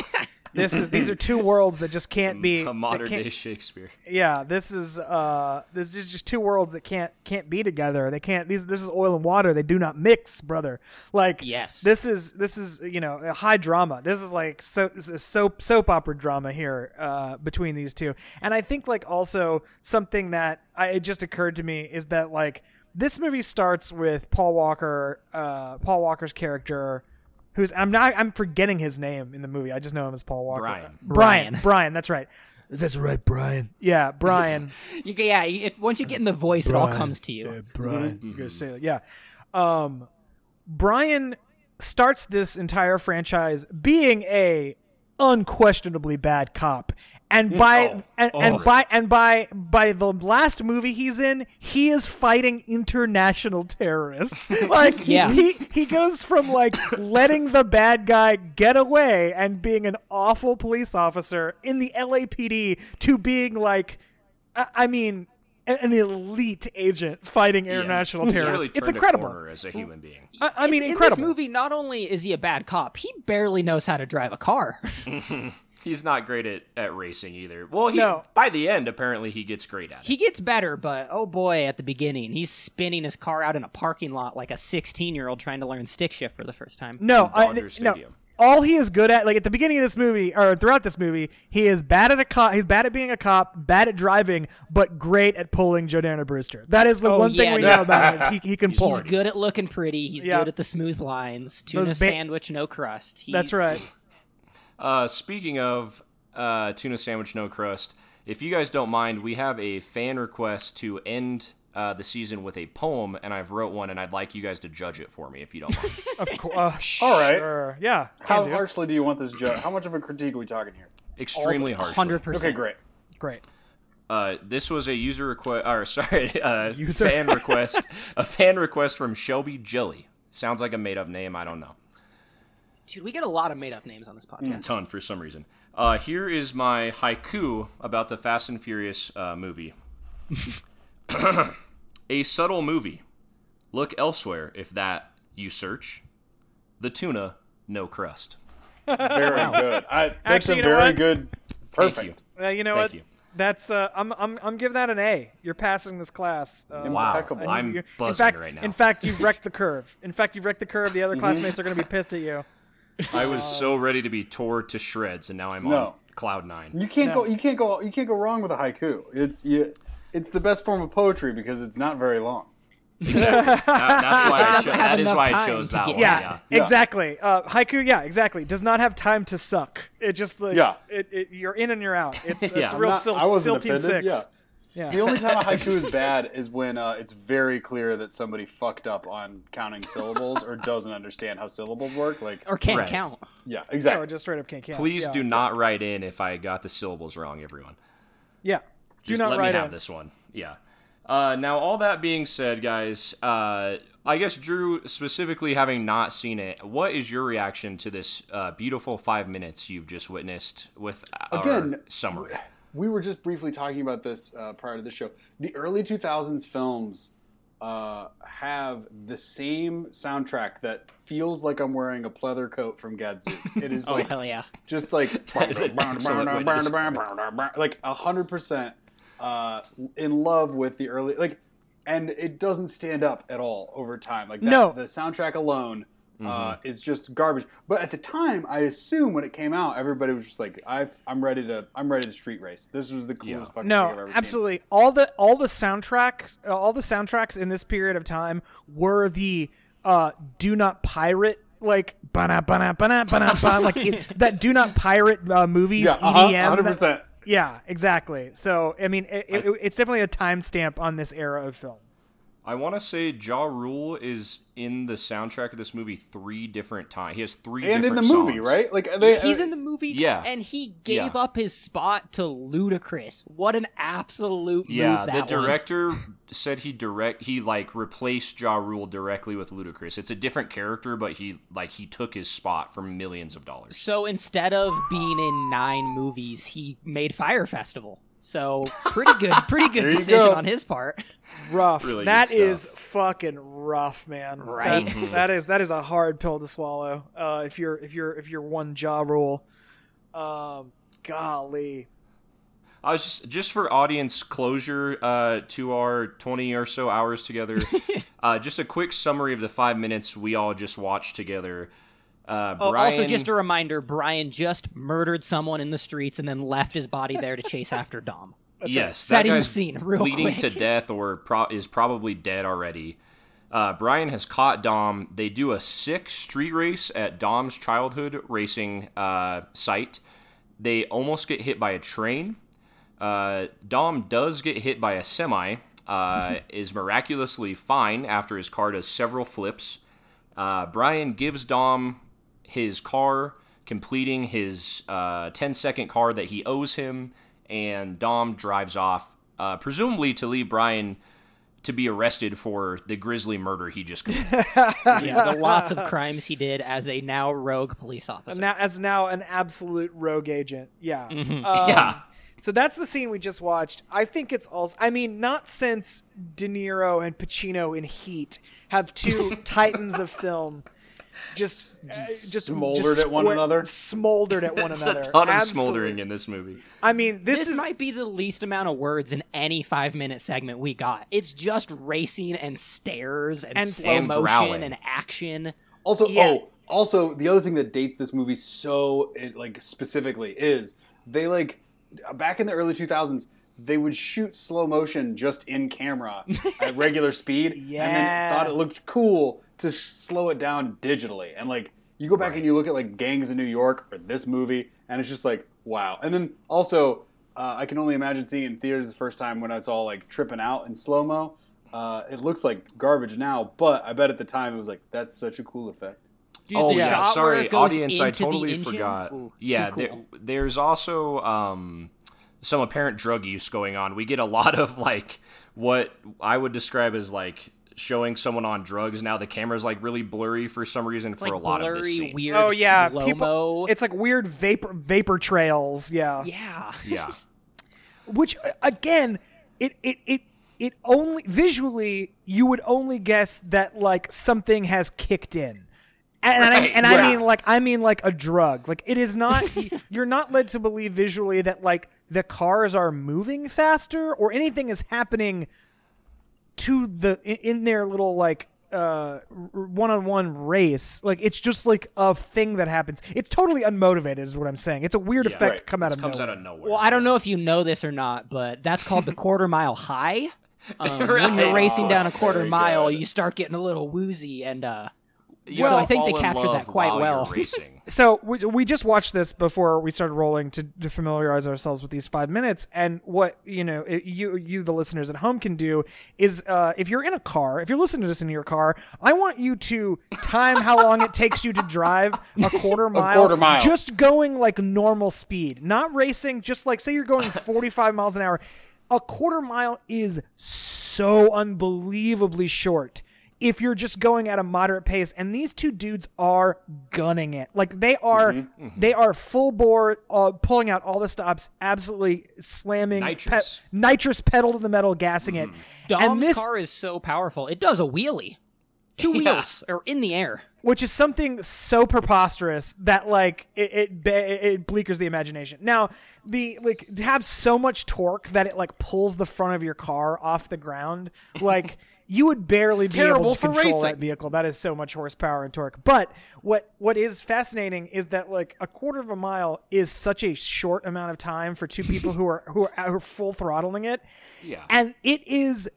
E: This is these are two worlds that just can't be
C: a
E: that
C: modern
E: can't-
C: day Shakespeare.
E: Yeah, this is uh this is just two worlds that can't can't be together. They can't these this is oil and water. They do not mix, brother. Like
B: Yes.
E: This is this is, you know, a high drama. This is like so soap soap opera drama here uh between these two. And I think like also something that I it just occurred to me is that like this movie starts with Paul Walker uh Paul Walker's character who's I'm not I'm forgetting his name in the movie. I just know him as Paul Walker.
C: Brian.
E: Brian.
B: Brian.
E: Brian, that's right. That's right, Brian. Yeah, Brian.
B: You, yeah, you- if, once you get in the voice, it all comes to
E: Mm-hmm.
B: you.
E: Brian. You guys say that. Yeah. Um, Brian starts this entire franchise being a unquestionably bad cop. And by and, and by and by by the last movie he's in, he is fighting international terrorists. Like
B: Yeah.
E: he he goes from like letting the bad guy get away and being an awful police officer in the LAPD to being like I I mean, a- an elite agent fighting (laughs) international
C: He's
E: terrorists.
C: really
E: it's
C: turned a
E: incredible.
C: corner as a human being.
E: I, I mean,
B: in,
E: incredible.
B: In this movie, not only is he a bad cop, he barely knows how to drive a car. (laughs)
C: He's not great at, at racing either. Well, he,
E: No.
C: by the end, apparently he gets great at it.
B: he gets better, but oh boy, at the beginning, he's spinning his car out in a parking lot like a 16 year old trying to learn stick shift for the first time.
E: no, I,
C: Dodger
E: no.
C: Stadium.
E: All he is good at, like at the beginning of this movie or throughout this movie, he is bad at a cop. He's bad at being a cop, bad at driving, but great at pulling Jordana Brewster. That is the
B: Oh,
E: one
B: yeah,
E: thing we
B: no.
E: know about him is he, he can
B: (laughs)
E: pull.
B: He's good at looking pretty. He's
E: Yeah.
B: good at the smooth lines. Tuna
E: Those ba-
B: sandwich, no crust. He-
E: That's right.
C: Uh, speaking of uh, tuna sandwich, no crust. If you guys don't mind, we have a fan request to end uh, the season with a poem, and I've wrote one, and I'd like you guys to judge it for me if you don't mind.
E: Of course.
C: (laughs)
E: Uh,
D: All right.
E: sure. Yeah. can
D: How
E: do.
D: harshly do you want this judge? How much of a critique are we talking here?
C: Extremely harsh.
B: 100%.
D: Okay, great.
E: Great.
C: Uh, this was a user request, or (laughs) sorry, uh,
E: User.
C: fan request, a fan request from Shelby Jelly. Sounds like a made-up name. I don't know.
B: Dude, we get a lot of made up names on this podcast.
C: ton for some reason. Uh, here is my haiku about the Fast and Furious uh, movie. (clears throat) a subtle movie. Look elsewhere if that you search. The tuna, no crust.
D: Very good. I, that's
E: Actually,
D: a
E: you know
D: very
E: what?
D: good.
C: Thank
D: Perfect.
E: Uh, you know
C: Thank
E: what?
C: you.
E: That's uh, I'm I'm I'm giving that an A. You're passing this class. Uh,
C: Wow,
D: Impeccable.
E: You-
C: I'm
E: you-
C: buzzing
E: in fact,
C: right now.
E: In fact, you've wrecked the curve. In fact, you've wrecked the curve.
D: Mm-hmm.
E: The other classmates are going to be pissed at
C: (laughs)
E: you.
C: Oh, I was so ready to be tore to shreds, and now I'm on
D: No.
C: cloud nine.
D: You can't go. You can't go. You can't go wrong with a haiku. It's you, It's the best form of poetry because it's not very long.
C: That- that's
E: (laughs)
C: why I cho-
B: have
C: that is
B: enough
C: why I
B: time
C: chose
B: to
C: that
B: get-
C: one.
E: Yeah,
C: Yeah.
E: exactly. Uh, haiku, yeah, exactly. Does not have time to suck. It just like
D: Yeah.
E: It, it you're in and you're out. It's
C: (laughs)
E: it's
C: Yeah.
E: real
D: Not-
E: sil-
D: I
E: SEAL
D: wasn't
E: team
D: offended.
E: six.
D: Yeah.
E: Yeah.
D: The only time a haiku
E: (laughs)
D: is bad is when uh, it's very clear that somebody fucked up on counting syllables or doesn't understand how syllables work. Like,
B: Or can't
C: Right.
B: count.
D: yeah,
E: Or
D: exactly.
E: Oh, just straight up can't count.
C: Please
E: yeah.
C: do not write in if I got the syllables wrong, everyone.
E: Yeah. Do
C: Just
E: not
C: let
E: write
C: me have
E: in.
C: this one. Yeah. Uh, now, all that being said, guys, uh, I guess Drew, specifically having not seen it, what is your reaction to this uh, beautiful five minutes you've just witnessed with our
D: Again,
C: summary?
D: we were just briefly talking about this uh, prior to the show. The early 2000s films uh, have the same soundtrack that feels like I'm wearing a pleather coat from Gadzooks.
B: (laughs)
D: It is like
B: Oh, Hell yeah.
C: (laughs)
D: just like
C: is
D: (laughs)
C: an excellent way to describe
D: like a hundred percent uh, in love with the early like, and it doesn't stand up at all over time. Like that,
E: No.
D: the soundtrack alone. Uh,
C: Mm-hmm.
D: is just garbage, but at the time, I assume when it came out, everybody was just like, "I've I'm ready to I'm ready to street race." This was the coolest fucking thing I've
E: No,
D: ever
E: absolutely. All the all the soundtracks, uh, all the soundtracks in this period of time were the uh, "Do Not Pirate" like "Bana Bana Bana Bana Bana"
C: (laughs)
E: like it, that "Do Not Pirate" uh, movies
D: seen. Yeah, uh-huh,
E: EDM.
D: 100%.
E: yeah, exactly. So I mean, it, it, it's definitely a timestamp on this era of film.
C: I want to say Ja Rule is in the soundtrack of this movie three different times. He has three
D: and in
C: different
D: the movie,
C: songs.
D: right? Like they, uh,
B: He's in the movie,
C: Uh, Yeah.
B: and he gave
C: Yeah.
B: up his spot to Ludacris. What an absolute
C: Yeah,
B: move that
C: the director said he direct he like replaced Ja Rule directly with Ludacris. It's a different character, but he like he took his spot for millions of dollars.
B: was. So instead of being in nine movies, he made Fire Festival. So pretty
C: (laughs)
B: good, pretty good
D: you
B: decision
D: go.
B: on his part.
E: Rough.
C: Really good
E: that
C: stuff.
E: is fucking rough, man.
B: Right?
E: That's, that is that is a hard pill to swallow. Uh, if you're if you're if you're one jaw rule. Um, golly.
C: I was just just for audience closure uh, to our twenty or so
B: (laughs)
C: hours together. uh, just a quick summary of the five minutes we all just watched together. Uh,
B: Oh,
C: Brian,
B: also, just a reminder: Brian just murdered someone in the streets and then left his body there to chase after
C: (laughs)
B: Dom.
C: yes, that
B: Setting the
C: guy's
B: (laughs) scene real
C: bleeding
B: quick.
C: to death or pro- is probably dead already. Uh, Brian has caught Dom. They do a sick street race at Dom's childhood racing uh, site. They almost get hit by a train. Uh, Dom does get hit by a semi,
B: (laughs)
C: uh, is miraculously fine after his car does several flips. Uh, Brian gives Dom his car, completing his uh, 10 second car that he owes him, and Dom drives off, uh, presumably to leave Brian to be arrested for the grisly murder he just committed. (laughs)
B: yeah, the lots of crimes he did as a now rogue police officer.
E: Now, as now an absolute rogue agent. Yeah.
C: Mm-hmm. yeah.
E: So that's the scene we just watched. I think it's also. I mean, not since De Niro and Pacino in Heat have two titans of film just uh, just, just
D: smoldered at one
E: square-
D: another.
E: Smoldered at one
C: It's a
E: another.
C: ton of
E: Absolute-
C: smoldering in this movie.
E: I mean, this,
B: this
E: is
B: might be the least amount of words in any five minute segment we got. It's just racing and stares and,
E: And
B: slow
C: And
B: motion
C: growling.
B: and action.
D: Also,
E: Yeah.
D: oh, also the other thing that dates this movie so it, like specifically is they like back in the early 2000s they would shoot slow motion just in camera at regular speed and
E: Yeah.
D: then thought it looked cool to sh- slow it down digitally and like you go back and you look at like gangs in new york or this movie and it's just like wow and then also uh, i can only imagine seeing it in theaters the first time when it's all like tripping out in slow mo uh, it looks like garbage now but i bet at the time it was like that's such a cool effect
B: Dude,
C: oh
B: the
C: yeah,
B: shot
C: sorry,
B: where it goes
C: audience. I
B: into the
C: totally
B: engine?
C: forgot.
B: Ooh,
C: yeah,
B: too cool.
C: there, there's also um, some apparent drug use going on. We get a (laughs) lot of like what I would describe as like showing someone on drugs. Now the camera's like really blurry for some reason
B: it's
C: for
B: like
C: a lot
B: blurry,
C: of this scene.
B: weird.
E: oh yeah,
B: slow
E: people.
B: mo.
E: It's like weird vapor vapor trails. Yeah.
B: yeah, (laughs)
C: Yeah,
E: which uh, again it it it it only visually you would only guess that like something has kicked in and, and I,
C: Right,
E: and
C: yeah.
E: I mean like I mean like a drug like it is
C: (laughs)
E: not you're not led to believe visually that like the cars are moving faster or anything is happening to the in, in their little like uh one-on-one race like it's just like a thing that happens it's totally unmotivated is what i'm saying it's a weird effect
D: Right.
E: come out
C: This
E: of
C: comes
E: nowhere
C: out of nowhere.
B: Well, I don't know if you know this or not, but that's called
C: (laughs)
B: the quarter mile high. Um, When
C: Right. Oh,
B: you're racing down a quarter
D: Very
B: mile,
D: good.
B: you start getting a little woozy, and uh,
C: You
B: Well,
C: have
B: I
C: to
B: think they
C: fall in
B: captured
C: love
B: that quite
C: while
B: well. (laughs)
C: you're racing.
E: so we, we just watched this before we started rolling to, to familiarize ourselves with these five minutes and what you know it, you you the listeners at home can do is uh, if you're in a car if you're listening to this in your car i want you to time how long it takes you to drive (laughs) a quarter mile,
D: quarter mile.
E: just going like normal speed not racing just like say you're going 45 miles an hour a quarter mile is so unbelievably short if you're just going at a moderate pace and these two dudes are gunning it like they are they are full bore uh, pulling out all the stops absolutely slamming
C: Nitrous.
E: nitrous pedal to the metal gassing it and
B: Dom's
E: this
B: car is so powerful; it does a wheelie, two
C: (laughs) Yeah.
B: wheels or in the air.
E: which is something so preposterous that like it it, ba- it bleakers the imagination. Now the like to have so much torque that it like pulls the front of your car off the ground, like you would barely be able
D: Terrible
E: to
D: for
E: control that
D: racing.
E: vehicle. That is so much horsepower and torque. But what what is fascinating is that like a quarter of a mile is such a short amount of time for two people who are who are, who are full throttling it.
C: Yeah.
E: and it is.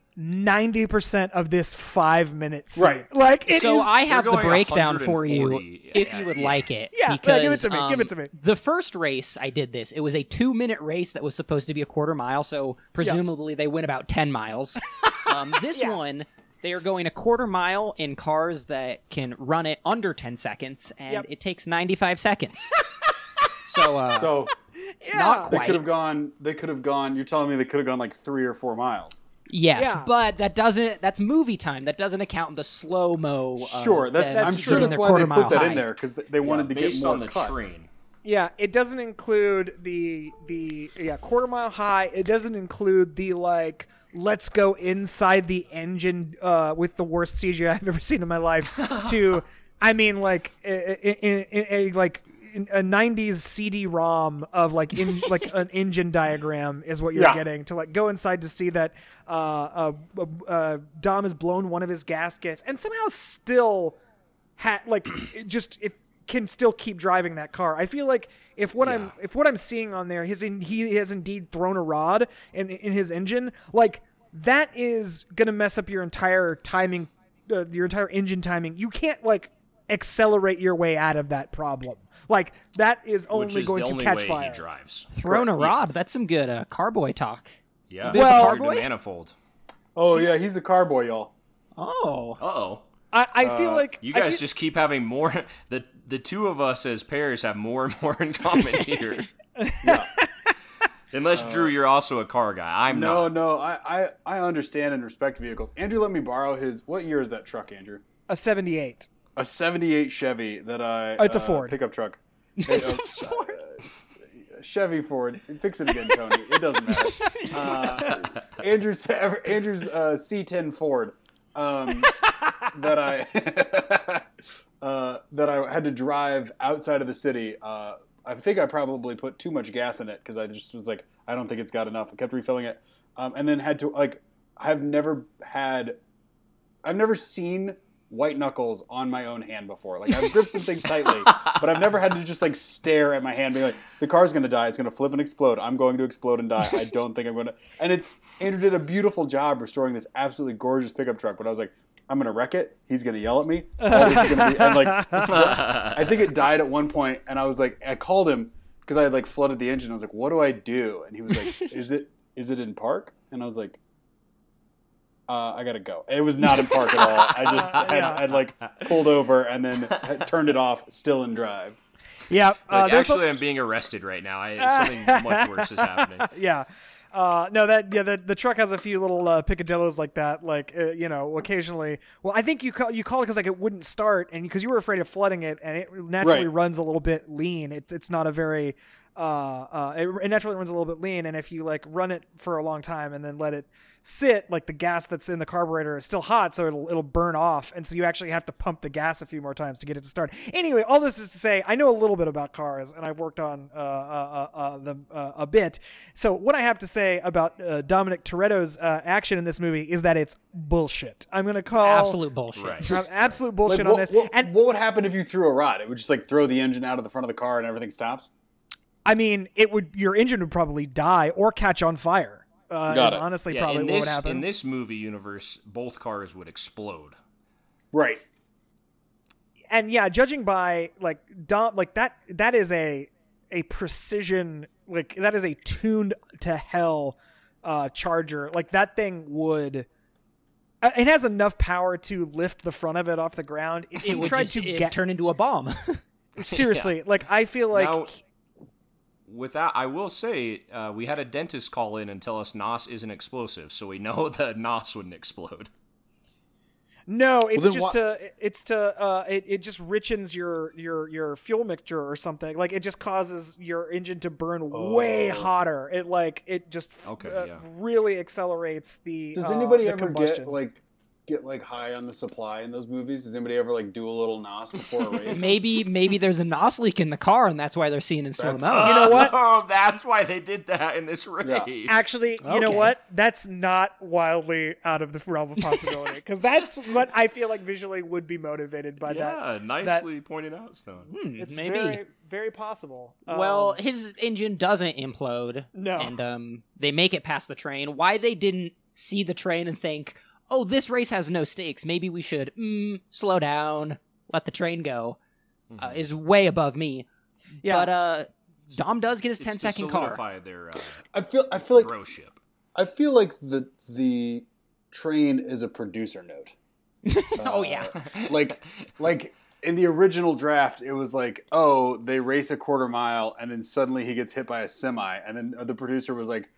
E: 90% of this five minute scene.
D: Right.
E: Like, it is
B: so I have the
C: going
B: breakdown for you
C: 140.
B: if you would like it.
E: Yeah, yeah,
B: because,
E: give it to me,
B: um,
E: give it to me.
B: The first race I did this. It was a two-minute race that was supposed to be a quarter mile, so presumably they went about ten miles.
E: (laughs)
B: um, this one, they are going a quarter mile in cars that can run it under ten seconds, and
E: Yep.
B: it takes ninety-five
E: (laughs)
B: seconds. so, uh,
D: so
B: not
D: They
B: quite.
D: could have gone. They could have gone. You're telling me they could have gone like three or four miles.
B: Yes,
E: Yeah.
B: but that doesn't. That's movie time. that doesn't account in the slow mo. Uh,
D: Sure, that's. I'm sure
B: hitting
D: that's
B: their
D: why they
B: quarter
D: put
B: mile
D: that
B: high.
D: in there because they wanted to get
C: Based
D: more
C: on the
D: cuts.
C: train.
E: Yeah, it doesn't include the the yeah quarter mile high. It doesn't include the like let's go inside the engine uh, with the worst (laughs) CGI I've ever seen in my life. to I mean like i i i i like n- a '90s CD-ROM of like in like an engine diagram is what you're
D: Yeah.
E: getting to like go inside to see that uh, uh, uh, uh, Dom has blown one of his gaskets and somehow still ha- like it just it can still keep driving that car. I feel like if what I'm if what I'm seeing on there, his in, he has indeed thrown a rod in in his engine. Like that is gonna mess up your entire timing, uh, your entire engine timing. You can't like accelerate your way out of that problem. Like that is only
C: which is
E: going
C: the
E: to
C: only
E: catch
C: way
E: fire.
C: he drives.
B: Thrown a rod. That's some good uh, carboy talk.
C: Yeah,
B: Bit of a
E: Well-
C: compared to
B: carboy?
C: manifold.
D: Oh yeah, he's a car boy, y'all.
E: (laughs)
B: Oh,
C: Uh oh.
E: I, I feel like
C: You
E: I
C: guys
E: feel-
C: just keep having more. (laughs) The the two of us as pairs have more and more (laughs) in common here. (laughs) Unless Drew, you're also a car guy. I'm
D: No,
C: not.
D: no, I, I I understand and respect vehicles. Andrew let me borrow his. What year is that truck, Andrew?
E: a '78.
D: A '78 Chevy that I.
E: Oh, it's a
D: uh,
E: Ford.
D: pickup truck. it's a Ford. Chevy Ford. Fix it again, Tony. It doesn't (laughs) matter. Uh, Andrew's Andrew's uh, C10 Ford um, that I (laughs) uh, that I had to drive outside of the city. Uh, I think I probably put too much gas in it because I just was like, I don't think it's got enough. I kept refilling it, um, and then had to like. I've never had, I've never seen white knuckles on my own hand before. Like I've gripped some things tightly, but I've never had to just like stare at my hand, being like, the car's gonna die, it's gonna flip and explode. I'm going to explode and die. I don't think I'm gonna. And it's Andrew did a beautiful job restoring this absolutely gorgeous pickup truck, but I was like. I'm gonna wreck it. He's gonna yell at me. All this is gonna be, and like,
C: (laughs)
E: Uh,
D: I think it died at one point, and I was like, I called him because I had like flooded the engine. I was like, "What do I do?" And he was
E: (laughs)
D: like, "Is it is it in park?" And I was like, uh, "I gotta go." It was not in park at all. I
E: (laughs)
D: just had, had like pulled over and then had turned it off, still in drive.
E: Yeah, uh,
C: Like,
E: there's a-
C: actually, I'm being arrested right now.
E: (laughs)
C: I, something much worse is happening.
E: yeah. Uh, no, that yeah, the, the truck has a few little uh, picadillos like that, like uh, you know, occasionally. Well, I think you call you call it because like it wouldn't start, and because you were afraid of flooding it, and it naturally
D: Right.
E: runs a little bit lean. It, it's not a very uh, uh, it, it naturally runs a little bit lean, and if you like run it for a long time and then let it sit, like the gas that's in the carburetor is still hot, so it'll it'll burn off, and so you actually have to pump the gas a few more times to get it to start. Anyway, all this is to say, I know a little bit about cars, and I've worked on uh, uh, uh, uh, them uh, a bit. So what I have to say about uh, Dominic Toretto's uh, action in this movie is that it's bullshit. I'm gonna call
B: absolute bullshit.
C: Right.
E: I'm absolute bullshit
D: Like,
E: on
D: what,
E: this,
D: what-
E: and
D: what would happen if you threw a rod? It would just like throw the engine out of the front of the car and everything stops.
E: I mean, it would your engine would probably die or catch on fire. Uh,
D: Got
E: is
D: it.
E: honestly
C: Yeah,
E: probably
C: in
E: what would
C: this
E: happen.
C: in this movie universe, both cars would explode.
D: Right.
E: and yeah, judging by like Dom, like that that is a a precision like that is a tuned to hell uh charger. Like that thing would uh, it has enough power to lift the front of it off the ground.
C: (laughs)
E: If
B: It
E: you
B: would
E: tried
B: just,
E: to
B: it
E: get
B: turn into a
E: (laughs)
B: bomb. (laughs)
E: seriously, like I feel like
C: Now- Without, I will say, uh, we had a dentist call in and tell us Nos isn't explosive, so we know (laughs) that Nos wouldn't explode.
E: No, it's
D: then
E: just
D: why-
E: to it's to uh, it, it just richens your your your fuel mixture or something. Like it just causes your engine to burn way hotter. It like it just f-
C: Okay,
E: uh,
C: yeah.
E: really accelerates the.
D: Does
E: uh,
D: anybody
E: the
D: ever
E: combustion.
D: get like get like high on the supply in those movies? Does anybody ever like do a little nos before
E: (laughs)
D: a race?
B: maybe maybe there's a nos leak in the car, and that's why they're seeing in slow mo.
E: You know what?
C: (laughs) Oh, that's why they did that in this race.
E: Actually, you know
B: Okay.
E: what? That's not wildly out of the realm of possibility because that's what I feel like visually would be motivated by
C: yeah,
E: that.
C: nicely pointed out, Stone.
E: It's
B: Maybe.
E: very very possible. Um,
B: well, his engine doesn't implode.
E: No.
B: and um, they make it past the train. Why they didn't see the train and think, "Oh, this race has no stakes. Maybe we should mm, slow down, let the train go,"
C: Mm-hmm.
B: uh, is way above me.
E: yeah.
B: But uh, Dom does get his
C: It's
B: ten
C: to
B: second car.
C: solidify their uh,
D: I feel I feel like
C: broship.
D: I feel like the the train is a producer note.
B: (laughs)
D: Uh,
B: oh yeah,
D: Like like in the original draft, it was like, oh, they race a quarter mile, and then suddenly he gets hit by a semi, and then the producer was like,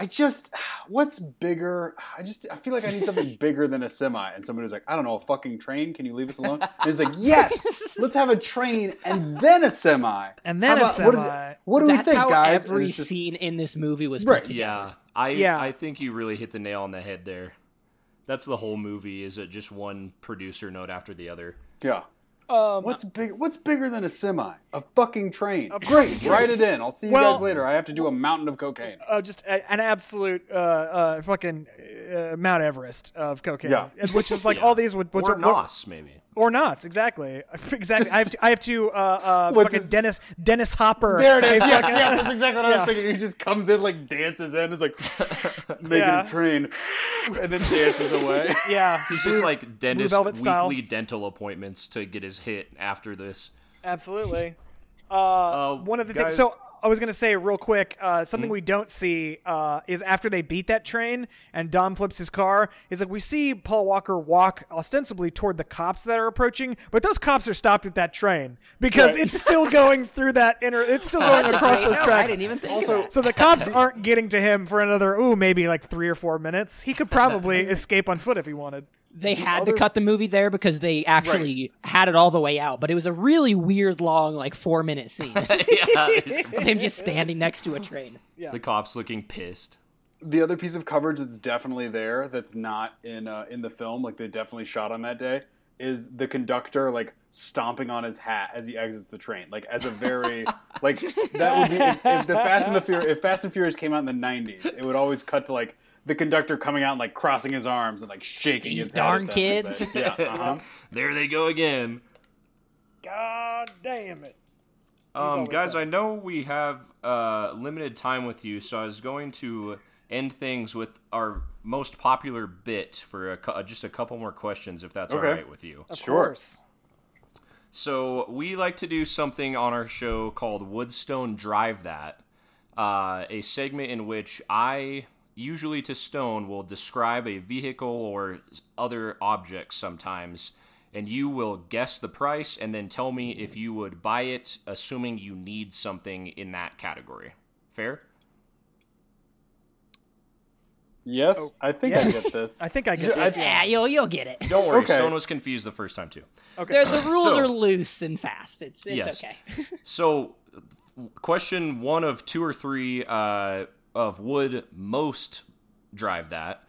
D: I just, what's bigger? I just, I feel like I
B: (laughs)
D: need something bigger than a semi. And somebody was like, I don't know, a fucking train. Can you leave us alone? And he's like,
B: (laughs)
D: Yes, let's have a train and then a semi,
E: And then
D: How
E: a
D: what is-
E: semi."
D: What, do we
B: that's
D: think,
B: how
D: guys? And
B: every
D: it's just-
B: scene in this movie was
D: Right.
B: put together.
C: Yeah, I
E: Yeah.
C: I think you really hit the nail on the head there. That's the whole movie. Is it just one producer note after the other?
D: Yeah. what's big? What's bigger than a semi? Uh, A fucking train. Great. Write it in. I'll see you
E: Well-
D: guys later. I have to do a mountain of cocaine.
E: Uh, just a, an absolute uh, uh, fucking uh, Mount Everest of cocaine,
D: Yeah.
E: which is
C: (laughs)
E: like all these would which
C: or
E: are-
C: Nos, maybe.
E: or not exactly (laughs) exactly. I have to, I have to uh, uh,
D: What's
E: fucking
D: his-
E: Dennis Dennis Hopper.
D: (laughs) There it is.
E: I
D: Yeah,
E: fucking-
D: yeah, that's exactly what I
E: Yeah.
D: was thinking. He just comes in, like dances in, is (laughs) like making
E: Yeah.
D: a train, and then dances (laughs) away.
E: (laughs) yeah.
C: He's just like dentist
E: Velvet
C: weekly
E: style.
C: dental appointments to get his hit after this.
E: Absolutely.
C: Uh,
E: One of the
C: guys-
E: things. So I was gonna say real quick. Uh, something we don't see uh, is after they beat that train and Dom flips his car. Is like we see Paul Walker walk ostensibly toward the cops that are approaching, but those cops are stopped at that train because
D: Right.
E: it's still going through that inner. It's
B: (laughs)
E: still going across
B: I
E: those
B: know, I
E: tracks.
B: didn't even think of that.
E: So the cops aren't getting to him for another ooh maybe like three or four minutes. He
B: (laughs)
E: could probably escape on foot if he wanted.
B: They had to cut the movie there because they actually had it all the way out, but it was a really weird, long, like four minute scene.
C: (laughs)
E: (laughs)
C: yeah,
B: of him just standing next to a train.
C: the cops looking pissed.
D: the other piece of coverage that's definitely there that's not in uh, in the film like they definitely shot on that day is the conductor like stomping on his hat as he exits the train like as a very like that would be if, if the fast and the furious if fast and furious came out in the 90s it would always cut to like the conductor coming out and like crossing his arms and like shaking
B: These
D: his head at
B: darn
D: them.
B: kids.
D: But, yeah uh-huh.
C: There they go again.
E: God damn it.
C: Um,
E: always
C: guys,
E: sad.
C: I know we have uh, limited time with you, so I was going to end things with our most popular bit for a, cou- uh, just a couple more questions, if that's
D: Okay.
C: all right with you.
D: sure
C: So we like to do something on our show called Woodstone Drive That, uh, a segment in which I usually to Stone will describe a vehicle or other object sometimes, and you will guess the price and then tell me if you would buy it, assuming you need something in that category. Fair?
D: yes i think i
E: Yes.
D: get this
E: I think I get
D: I-
E: this.
B: Yeah, you'll you'll get it.
C: Don't worry,
D: Okay.
C: Stone was confused the first time too.
B: They're- The rules
C: So-
B: are loose and fast. It's it's
C: Yes.
B: okay.
C: So, question one of two or three uh, of would most drive that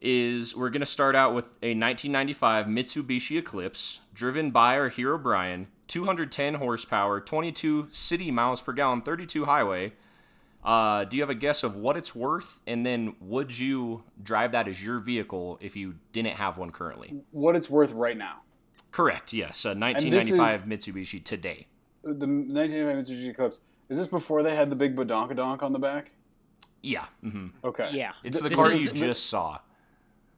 C: is we're going to start out with a 1995 Mitsubishi Eclipse driven by our hero Brian, 210 horsepower, 22 city miles per gallon, 32 highway. Uh, do you have a guess of what it's worth? And then would you drive that as your vehicle if you didn't have one currently?
D: what it's worth right now
C: Correct, yes. A
D: this is-
C: 1995 Mitsubishi today.
D: the 1995 Mitsubishi Eclipse. Is this before they had the big badonkadonk on the back?
C: Yeah. hmm
D: Okay.
B: Yeah.
C: It's the
B: This
C: car
B: is-
C: you just saw.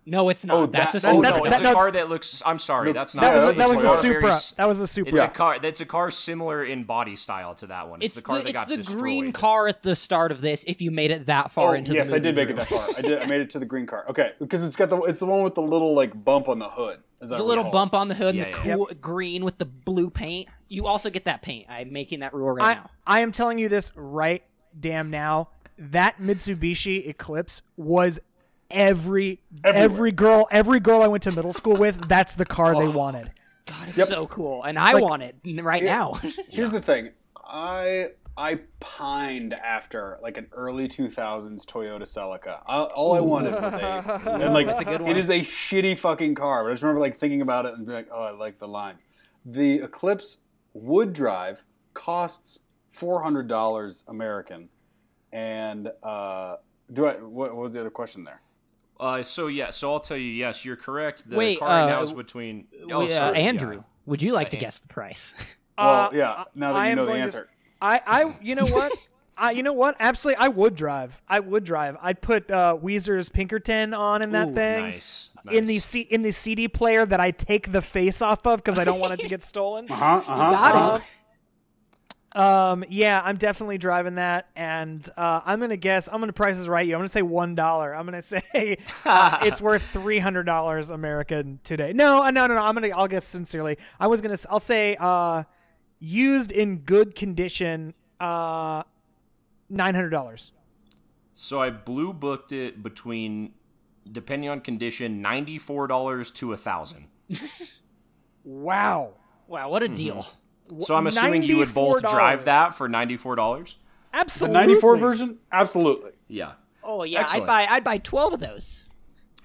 B: No, it's not.
D: Oh,
B: that's
D: that-
B: a
D: oh,
C: Oh,
E: That's-
C: no,
E: that-
C: it's
E: no,
C: a car that looks. I'm sorry, that's not.
E: That was,
D: Yeah,
E: a-
D: that's
E: that was a
D: Toyota.
E: Supra.
C: very s-
E: that was a Supra.
C: It's a car. That's a car similar in body style to that one. It's,
B: It's
C: the car
B: the,
C: that
B: it's
C: got
B: the
C: destroyed.
B: green car at the start of this. If you made it that far into
D: Oh, yes,
B: the
D: I
B: movie,
D: did make it that far. I did. I made it to the green car. Okay, because it's got the it's the one with the little like bump on the hood. Is that
B: The little bump on the hood, and
C: Yeah,
B: the
C: yeah.
B: cool green with the blue paint. You also get that paint. I'm making that rule right
E: I,
B: now.
E: I am telling you this right damn now. That Mitsubishi Eclipse was every every girl every girl I went to middle school with. That's the car
D: Oh.
E: they wanted.
B: God, it's so cool, and I want it n- right
C: (laughs)
B: now. Oh,
D: Here's the thing. I I pined after like an early 2000s Toyota Celica. I, all I wanted
B: (laughs)
D: was a and like
B: a good
D: it
B: one.
D: is a shitty fucking car. But I just remember like thinking about it and be like, oh, I like the line. The Eclipse would drive costs four hundred dollars American, and uh, do I? What, what was the other question there?
C: Uh, so yeah, so I'll tell you. Yes, you're correct. The
B: Wait,
C: car right
B: uh,
C: now is between. Oh,
B: We, uh,
C: sorry,
B: Andrew,
C: yeah.
B: would you like to guess the price?
D: Well,
E: Uh,
D: yeah. Now that
E: I
D: you
E: am
D: know the
E: going to s-
D: answer,
E: I, I you know what? (laughs) I you know what? Absolutely, I would drive. I would drive. I'd put uh, Weezer's Pinkerton on in that
B: Ooh,
E: thing.
C: Nice,
E: In the
C: nice.
E: C, in the CD player that I take the face off of because I don't want it to get (laughs) stolen.
D: uh-huh, uh-huh,
B: (laughs)
D: uh-huh.
E: Um, yeah, I'm definitely driving that, and uh, I'm gonna guess. I'm gonna price is right. You, I'm gonna say one dollar. I'm gonna (laughs) say uh, it's worth three hundred dollars American today. No, uh, no, no, no. I'm gonna. I'll guess sincerely. I was gonna. s- I'll say uh, used in good condition. Uh, nine hundred dollars.
C: So I blue booked it between, depending on condition, ninety four dollars to a thousand.
E: Wow.
B: wow,
C: Mm-hmm.
B: what a deal!
C: So I'm assuming you would both
E: $94.
C: drive that for ninety four dollars.
D: The
E: Absolutely.
D: '94 version, absolutely.
C: Yeah.
B: Oh yeah,
C: Excellent.
B: I'd buy. I'd buy twelve of those.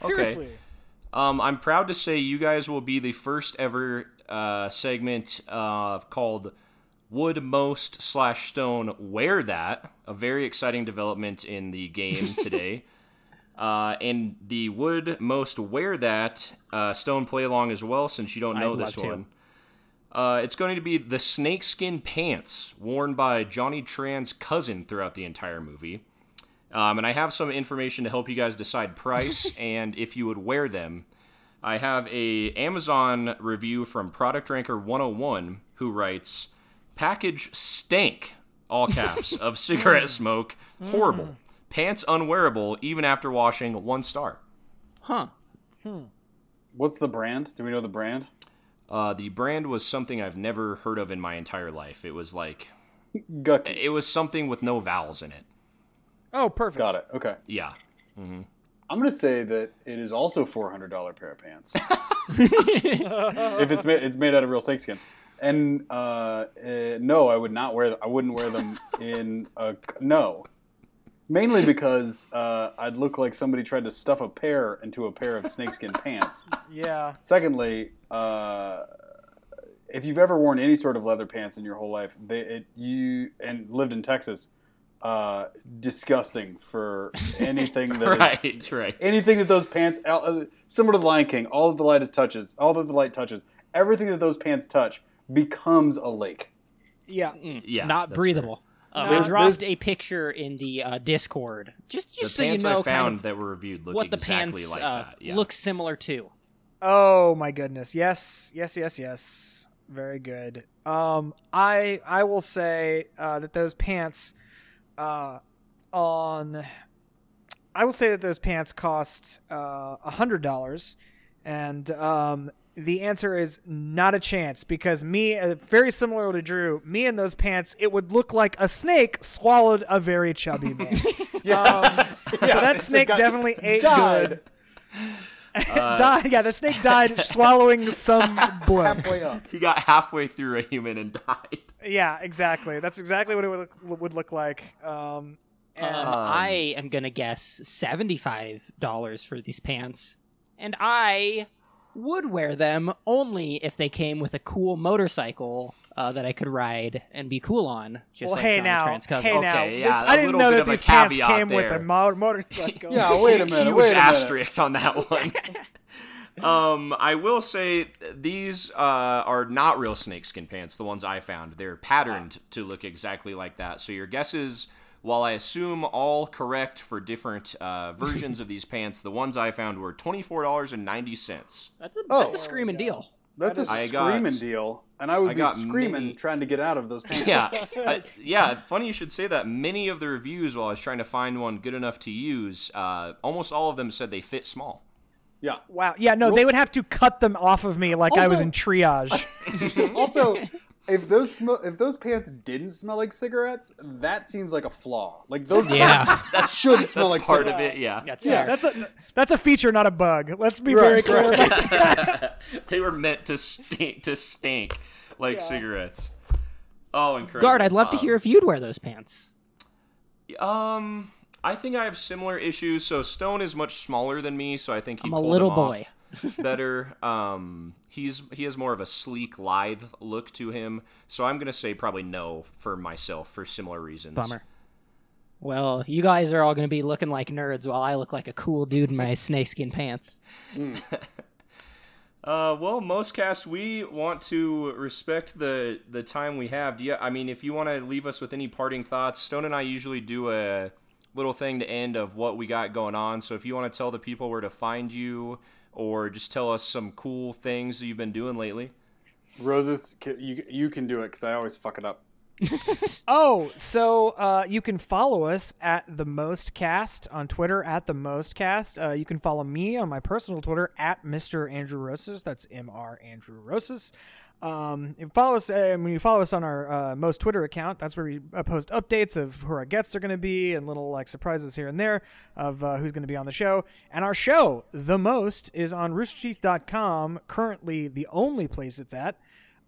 C: Okay.
E: Seriously.
C: Um, I'm proud to say you guys will be the first ever uh, segment uh, called "Would Most Slash Stone Wear That?" A very exciting development in
B: (laughs)
C: the game today. Uh, and the would most wear that uh, stone play along as well, since you don't know
B: I'd
C: this
B: love to.
C: one. Uh, it's going to be the snakeskin pants worn by Johnny Tran's cousin throughout the entire movie. Um, and I have some information to help you guys decide
B: (laughs)
C: price and if you would wear them. I have a Amazon review from Product Ranker 101 who writes, "Package stank,
B: (laughs)
C: all caps, of cigarette smoke. Horrible. Pants unwearable even after washing. One star."
B: Huh.
D: What's the brand? Do we know the brand?
C: Uh, the brand was something I've never heard of in my entire life. It was like
D: Gucky.
C: it was something with no vowels in it.
E: Oh, perfect.
D: Got it. Okay.
C: Yeah.
D: I'm gonna say that it is also four hundred dollar pair of (laughs) pants. if it's made, it's made out of real snakeskin. And uh, uh, no, I would not wear. Them. I wouldn't wear (laughs) them in a no. Mainly because uh, I'd look like somebody tried to stuff a pear into a pair of snakeskin pants.
E: Yeah.
D: Secondly, uh, if you've ever worn any sort of leather pants in your whole life, they, it, you and lived in Texas, uh, disgusting
C: (laughs)
D: for anything (laughs) that is
C: Right. Right.
D: anything that those pants al- uh, similar to the lion king all that the light is touches all that the light touches everything that those pants touch becomes a lake
E: Yeah.
C: Yeah.
B: Not
C: that's
B: breathable. Um, I
E: There's-
B: dropped
D: there's-
B: a picture in the uh, Discord just
C: fair. The
B: just so you
C: pants
B: know
C: I found
B: kind of
C: that were reviewed look
B: what the
C: exactly
B: pants
C: like
B: uh,
C: that. Yeah.
B: look similar to.
E: Oh my goodness. Yes. Yes. Yes. Yes. Very good. Um, I I will say uh, that those pants, uh, on, I will say that those pants cost uh a hundred dollars, and um. The answer is not a chance because me, uh, very similar to Drew, me in those pants, it would look like a snake swallowed a very chubby man. um, so that snake definitely ate good.
C: Uh,
E: died. Yeah, the snake
C: (laughs)
E: died swallowing some blood.
C: He got halfway through a human and (laughs) died.
E: Yeah, exactly. That's exactly what it would look, would look like. Um,
C: Uh,
E: and
B: Um, I am gonna guess seventy-five dollars for these pants, and I would wear them only if they came with a cool motorcycle uh, that I could ride and be cool on. Just
E: well,
B: like
E: hey
B: Johnny
E: now,
B: Tran's cousin.
E: hey
C: Okay,
E: now.
C: yeah,
E: It's-
C: a
E: I didn't
C: little
E: know
C: bit
E: that
C: of a
E: these pants
C: caveat
E: came with
C: there.
E: a
C: (laughs)
E: mo-
D: (laughs)
E: motorcycle.
D: yeah wait a minute
C: huge
D: wait a minute
C: asterisk on that one. um, I will say these uh, are not real snakeskin pants. The ones I found, they're patterned to look exactly like that. So your guesses, while I assume all correct for different uh, versions of these pants, the ones I found were twenty four dollars and ninety cents.
B: that's a,
D: Oh.
B: that's a screaming deal.
D: that's a
C: I got-
D: screaming deal and i would
C: I
D: be
C: got
D: screaming
C: many-
D: trying to get out
C: (laughs)
D: of those pants
C: yeah, I- yeah. Funny you should say that. Many of the reviews, while I was trying to find one good enough to use, uh, almost all of them said they fit small.
D: yeah
E: Wow. Yeah, no, they would have to cut them off of me like I was
D: Also-
E: in
D: (laughs)
E: triage.
D: also if those sm- if those pants didn't smell like cigarettes that seems like a flaw like
B: (laughs)
D: those
B: Yeah.
D: pants should smell
C: That's
D: like
C: part of
D: cigarettes.
C: it. Yeah.
B: That's
D: Yeah.
B: fair.
E: That's a that's a feature, not a bug. Let's be
D: Right,
E: very clear.
D: right.
E: about
C: they were meant to stink to stink like cigarettes. Oh, incredible.
B: Guard, I'd love to hear if you'd wear those pants.
C: Um, I think I have similar issues. So Stone is much smaller than me, so I think he
B: I'm a
C: pulled
B: little
C: them off
B: boy.
C: better. Um, he's he has more of a sleek, lithe look to him. So I'm gonna say probably no for myself for similar reasons.
B: Bummer. Well, you guys are all going to be looking like nerds while I look like a cool dude in my snakeskin pants.
C: Uh, well, Mostcast, we want to respect the the time we have. Do you, I mean, if you want to leave us with any parting thoughts, Stone and I usually do a little thing to end of what we got going on. So if you want to tell the people where to find you, or just tell us some cool things that you've been doing lately.
D: (laughs) roses c- you, you can do it because i always fuck it up
E: Oh, so uh, you can follow us at the most cast on Twitter at the most cast. Uh, you can follow me on my personal Twitter at Mr. Andrew Rosas. That's M R Andrew Rosas. Um, and follow us uh, when you follow us on our uh, most Twitter account. That's where we uh, post updates of who our guests are going to be and little like surprises here and there of uh, who's going to be on the show. And our show, the most, is on roosterteeth.com. Currently, the only place it's at.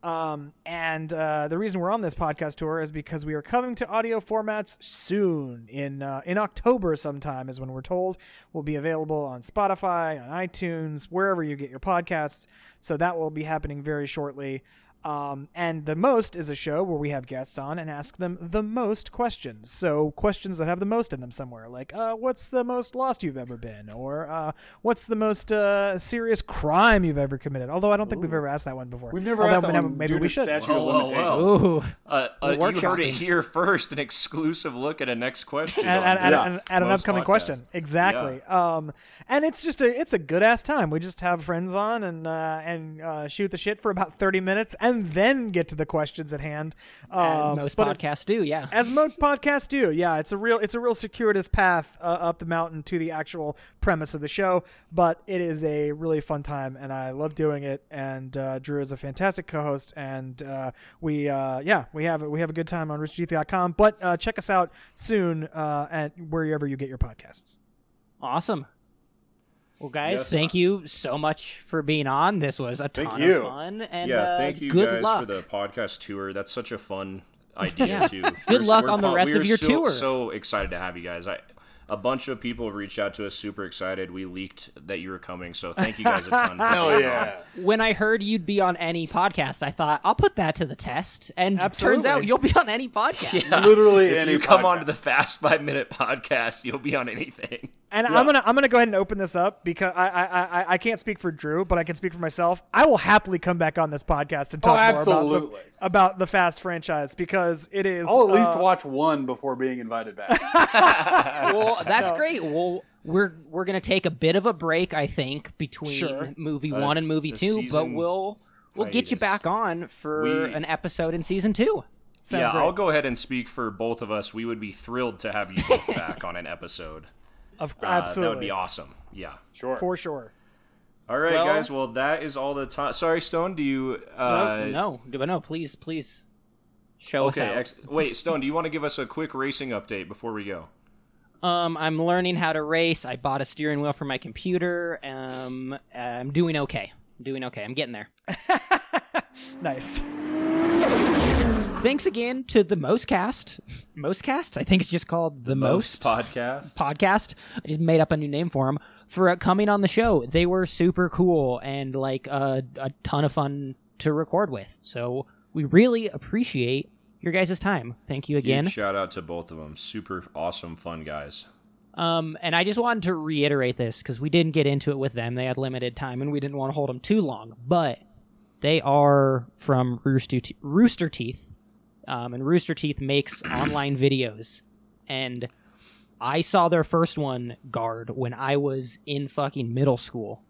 E: Um, and uh, the reason we're on this podcast tour is because we are coming to audio formats soon. In uh, in October, sometime is when we're told we'll be available on Spotify, on iTunes, wherever you get your podcasts. So that will be happening very shortly. Um, and the most is a show where we have guests on and ask them the most questions. So questions that have the most in them somewhere, like uh, what's the most lost you've ever been, or uh, what's the most uh, serious crime you've ever committed. Although I don't think we've ever asked that one before.
D: We've never
E: Although
D: asked that
E: maybe-
D: one
E: Maybe
D: due
E: we
D: to
E: should.
D: statute
C: Whoa, whoa,
D: of limitations.
C: whoa.
B: Ooh,
C: Uh, uh, you heard it
B: workshopping.
C: here first. An exclusive look at a next question.
E: at,
C: on
E: at- at-
D: Yeah.
E: at- at an
C: Most
E: upcoming
C: podcasts.
E: question exactly um and it's just a it's a good ass time we just have friends on and uh and uh shoot the shit for about 30 minutes and then get to the questions at hand
B: as
E: Um,
B: most
E: but it's-
B: podcasts do. Yeah.
E: as most podcasts do yeah it's a real it's a real circuitous path uh, up the mountain to the actual premise of the show but it is a really fun time and i love doing it and uh, drew is a fantastic co-host and uh, we uh, yeah we have we have a good time on richgeek.com but uh, check us out soon uh, at wherever you get your podcasts
B: Awesome. Well, guys,
C: Yes.
B: thank you so much for being on. This was a
D: Thank
B: ton
D: you.
B: of fun, and
C: yeah,
B: uh,
C: thank you
B: good
C: guys
B: luck.
C: for the podcast tour. That's such
B: (laughs)
C: a fun idea too.
B: Good
C: We're-
B: luck
C: we're
B: on the
C: pumped.
B: rest
C: We
B: of
C: are
B: your
C: so,
B: tour.
C: So excited to have you guys. I a bunch of people reached out to us, super excited. We leaked that you were coming, so thank you guys a
B: (laughs)
C: ton. for
D: Hell
C: being
D: yeah.
B: When I heard you'd be on any podcast, I thought I'll put that to the test, and turns
E: Absolutely.
B: out you'll be on any podcast.
C: on.
D: Literally
C: if
D: any
C: you come
D: podcast.
C: on to the Fast Five Minute Podcast, you'll be on anything.
E: And I'm gonna I'm gonna go ahead and open this up because I, I I I can't speak for Drew, but I can speak for myself. I will happily come back on this podcast and talk more about
D: Oh, absolutely.
E: the, about the Fast franchise because it is.
D: I'll at least
E: uh,
D: watch one before being invited back.
B: well,
E: (laughs)
B: that's great. Well, we're we're gonna take a bit of a break, I think, between
E: Sure.
B: movie
C: Uh,
B: one and movie
C: the
B: two, but
C: season
B: we'll we'll get you
C: hiatus.
B: back on for
C: We-
B: an episode in season two.
E: sounds
C: yeah,
E: great.
C: I'll go ahead and speak for both of us. We would be thrilled to have you
B: (laughs)
C: both back on an episode.
E: Of,
C: Uh,
E: absolutely,
C: that would be awesome. Yeah.
D: Sure.
E: for sure.
C: All right,
B: Well-
C: guys. Well, that is all the time. Sorry, Stone. Do you? Uh,
B: No, Oh, no, no, no, please, please show
C: Okay.
B: us out.
C: Ex- wait, Stone. Do you want to give us a quick racing update before we go?
B: Um, I'm learning how to race. I bought a steering wheel for my computer. Um, I'm doing okay. I'm doing okay. I'm getting there.
E: Nice.
B: Thanks again to the Mostcast. Mostcast? I think it's just called the, Most,
C: podcast.
B: podcast. I just made up a new name for them for uh, coming on the show. They were super cool and like uh, a ton of fun to record with. So we really appreciate your guys' time. Thank you again.
C: Huge shout out to both of them. Super awesome, fun guys.
B: Um, and I just wanted to reiterate this because we didn't get into it with them. They had limited time, and we didn't want to hold them too long. But they are from Rooster, Te- Rooster Teeth, um, and Rooster Teeth makes (clears throat) online videos. And I saw their first one, Guard, when I was in fucking middle school.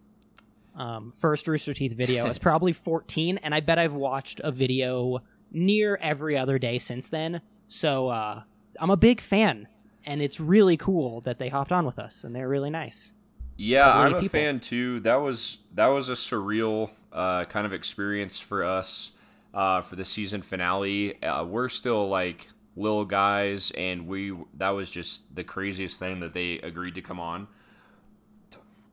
B: Um, first Rooster Teeth video. I (laughs) was probably 14, and I bet I've watched a video near every other day since then. So uh, I'm a big fan, and it's really cool that they hopped on with us, and they're really nice.
C: Yeah,
B: Really
C: I'm a
B: people.
C: fan too. That was that was a surreal uh, kind of experience for us uh, for the season finale. Uh, we're still like little guys, and we that was just the craziest thing that they agreed to come on.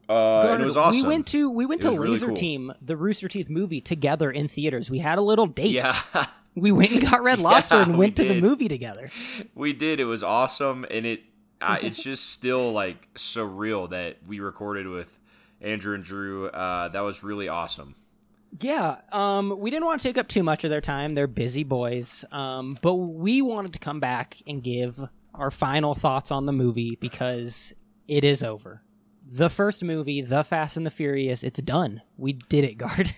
C: Uh, and it was awesome.
B: We went to we went
C: It
B: to
C: was really
B: Laser
C: cool.
B: Team, the Rooster Teeth movie, together in theaters. We had a little date.
C: yeah. (laughs)
B: We went and got Red Lobster and
C: we
B: went to the
C: did.
B: movie together.
C: we did. It was awesome, and it uh, it's just still like surreal that we recorded with Andrew and Drew. Uh, that was really awesome.
B: Yeah, um, we didn't want to take up too much of their time. They're busy boys. Um, but we wanted to come back and give our final thoughts on the movie because it is over. The first movie, The Fast and the Furious, it's done. We did it, (laughs) guard.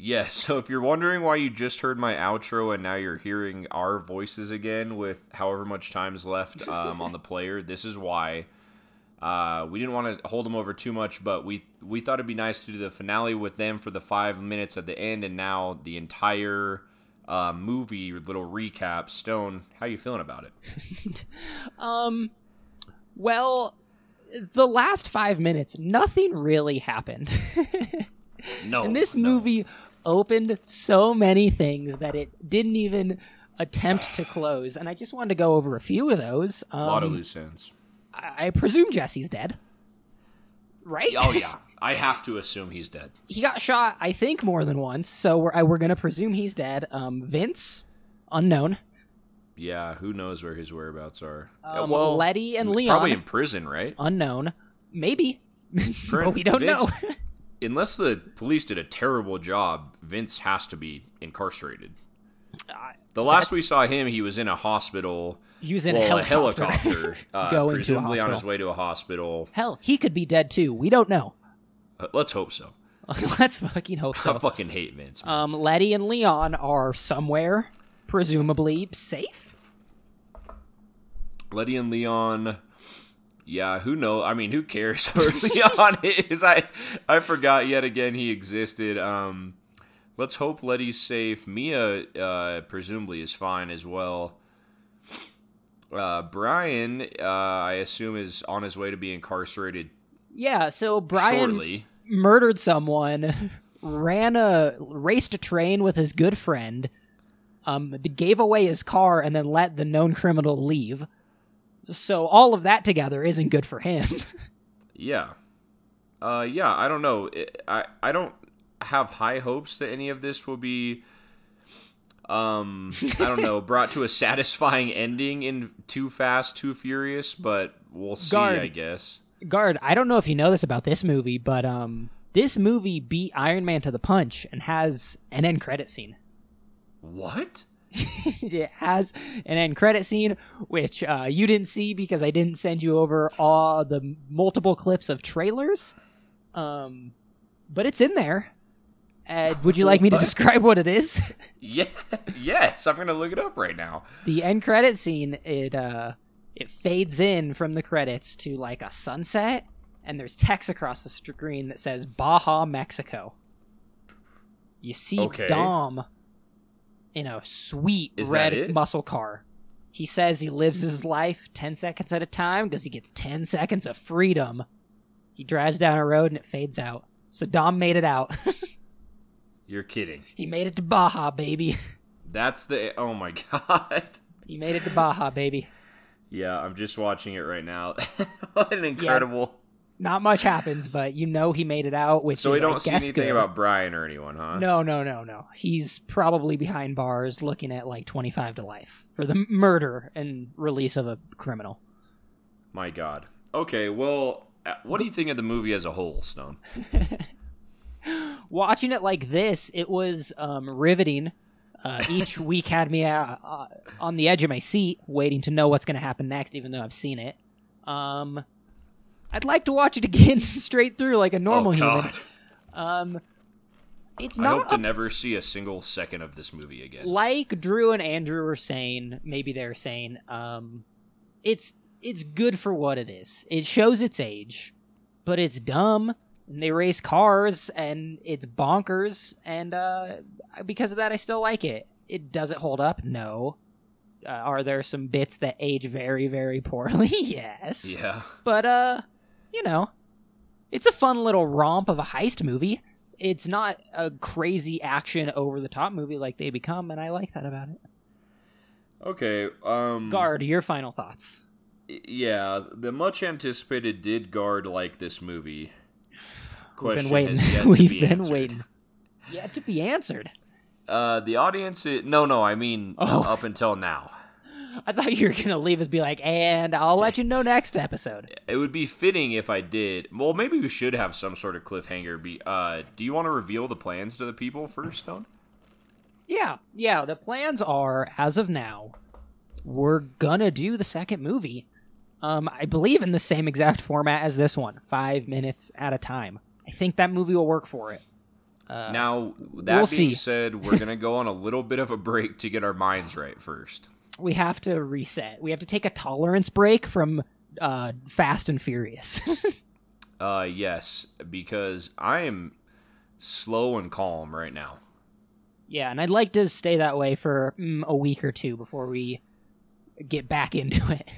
C: Yes. (laughs) so if you're wondering why you just heard my outro and now you're hearing our voices again with however much time's left um, on the player, this is why. Uh, we didn't want to hold them over too much, but we we thought it'd be nice to do the finale with them for the five minutes at the end, and now the entire uh, movie little recap. Stone, how you feeling about it?
B: um, well, the last five minutes, nothing really happened. (laughs)
C: No.
B: And this
C: no.
B: movie opened so many things that it didn't even attempt to close. And I just wanted to go over a few of those. Um,
C: a lot of loose ends.
B: I I presume Jesse's dead. Right? (laughs)
C: Oh yeah, I have to assume he's dead.
B: he got shot, I think, more than once. So we're I, we're gonna presume he's dead. Um, Vince, unknown.
C: Yeah, who knows where his whereabouts are?
B: Um,
C: well,
B: Letty and Leon,
C: probably in prison, right?
B: unknown. Maybe, (laughs)
C: Current-
B: but we don't
C: Vince-
B: know. (laughs)
C: Unless the police did a terrible job, Vince has to be incarcerated. The last we saw him, he was in a hospital.
B: he was in
C: well,
B: a helicopter.
C: a helicopter, uh,
B: Going to a
C: presumably on
B: hospital.
C: his way to a hospital.
B: (laughs) Hell, he could be dead too. We don't know. (laughs)
C: Uh, Let's hope so.
B: Let's fucking hope
C: I (laughs)
B: so.
C: fucking hate Vince. man.
B: Um, Letty and Leon are somewhere, presumably safe.
C: Letty and Leon. Yeah, who know? I mean, who cares (laughs) where Leon is? I I forgot yet again he existed. Um, let's hope Letty's safe. Mia uh, presumably is fine as well. Uh, Brian, uh, I assume, is on his way to be incarcerated
B: Yeah. So Brian
C: shortly.
B: murdered someone, ran a raced a train with his good friend, um, th- gave away his car, and then let the known criminal leave. So all of that together isn't good for him. (laughs)
C: Yeah. Uh, yeah, I don't know. I, I don't have high hopes that any of this will be, um, I
B: (laughs)
C: don't know, brought to a satisfying ending in Too Fast, Too Furious, but we'll see,
B: Guard.
C: I guess.
B: Guard, I don't know if you know this about this movie, but um, this movie beat Iron Man to the punch and has an end credit scene.
C: What?
B: (laughs) it has an end credit scene, which uh, you didn't see because I didn't send you over all the multiple clips of trailers. Um, but it's in there. Uh, would you like me to describe what it is?
C: Yeah, (laughs) yes, I'm gonna look it up right now.
B: the end credit scene it uh it fades in from the credits to like a sunset, and there's text across the screen that says Baja Mexico. You see
C: Okay.
B: Dom in a sweet
C: Is
B: red
C: that it?
B: muscle car. He says he lives his life 10 seconds at a time because he gets 10 seconds of freedom. He drives down a road and it fades out. So Dom made it out. (laughs)
C: You're kidding.
B: he made it to Baja, baby. (laughs)
C: That's the. Oh my (laughs) god.
B: He made it to Baja, baby.
C: Yeah, I'm just watching it right now. (laughs) what an incredible.
B: not much happens, but you know he made it out. Which
C: So
B: is,
C: we
B: I
C: don't see
B: guess,
C: anything
B: good.
C: about Brian or anyone, huh?
B: No, no, no, no. He's probably behind bars, looking at like twenty-five to life for the murder and release of a criminal.
C: My God. Okay, well, uh, what do you think of the movie as a whole, Stone?
B: Watching it like this, it was um, riveting. Uh,
C: (laughs)
B: each week had me uh, uh, on the edge of my seat, waiting to know what's going to happen next, even though I've seen it. Um, I'd like to watch it again (laughs) straight through like a normal
C: oh
B: human.
C: God,
B: Um, it's
C: I
B: not
C: hope
B: a
C: to never see a single second of this movie again.
B: like Drew and Andrew were saying, maybe they're saying, um, it's it's good for what it is. It shows its age, but it's dumb. And they race cars, and it's bonkers. And uh, because of that, I still like it. It does it hold up? No. Uh, are there some bits that age very, very poorly? (laughs) yes.
C: Yeah, (laughs)
B: But uh, you know, it's a fun little romp of a heist movie. It's not a crazy action over the top movie like they become, and I like that about it.
C: okay. Um,
B: Guard, your final thoughts.
C: Yeah, the much anticipated did guard like this movie.
B: We've
C: Question
B: been waiting. (laughs)
C: has yet to
B: We've
C: be
B: been
C: answered.
B: waiting. Yet to be answered.
C: Uh, the audience. i no, no, I mean
B: Oh.
C: up until now.
B: I thought you were gonna leave us be like, and I'll let you know next episode.
C: It would be fitting if I did. Well, maybe we should have some sort of cliffhanger. Be uh, do you want to reveal the plans to the people first, Stone?
B: Yeah, yeah. The plans are, as of now, we're gonna do the second movie. Um, I believe in the same exact format as this one, five minutes at a time. I think that movie will work for it.
C: Now, that
B: we'll
C: being
B: see.
C: said,
B: (laughs)
C: we're going to go on a little bit of a break to get our minds right first.
B: we have to reset. We have to take a tolerance break from uh, Fast and Furious. (laughs)
C: Uh, yes, because I am slow and calm right now.
B: yeah, and I'd like to stay that way for mm, a week or two before we get back into it.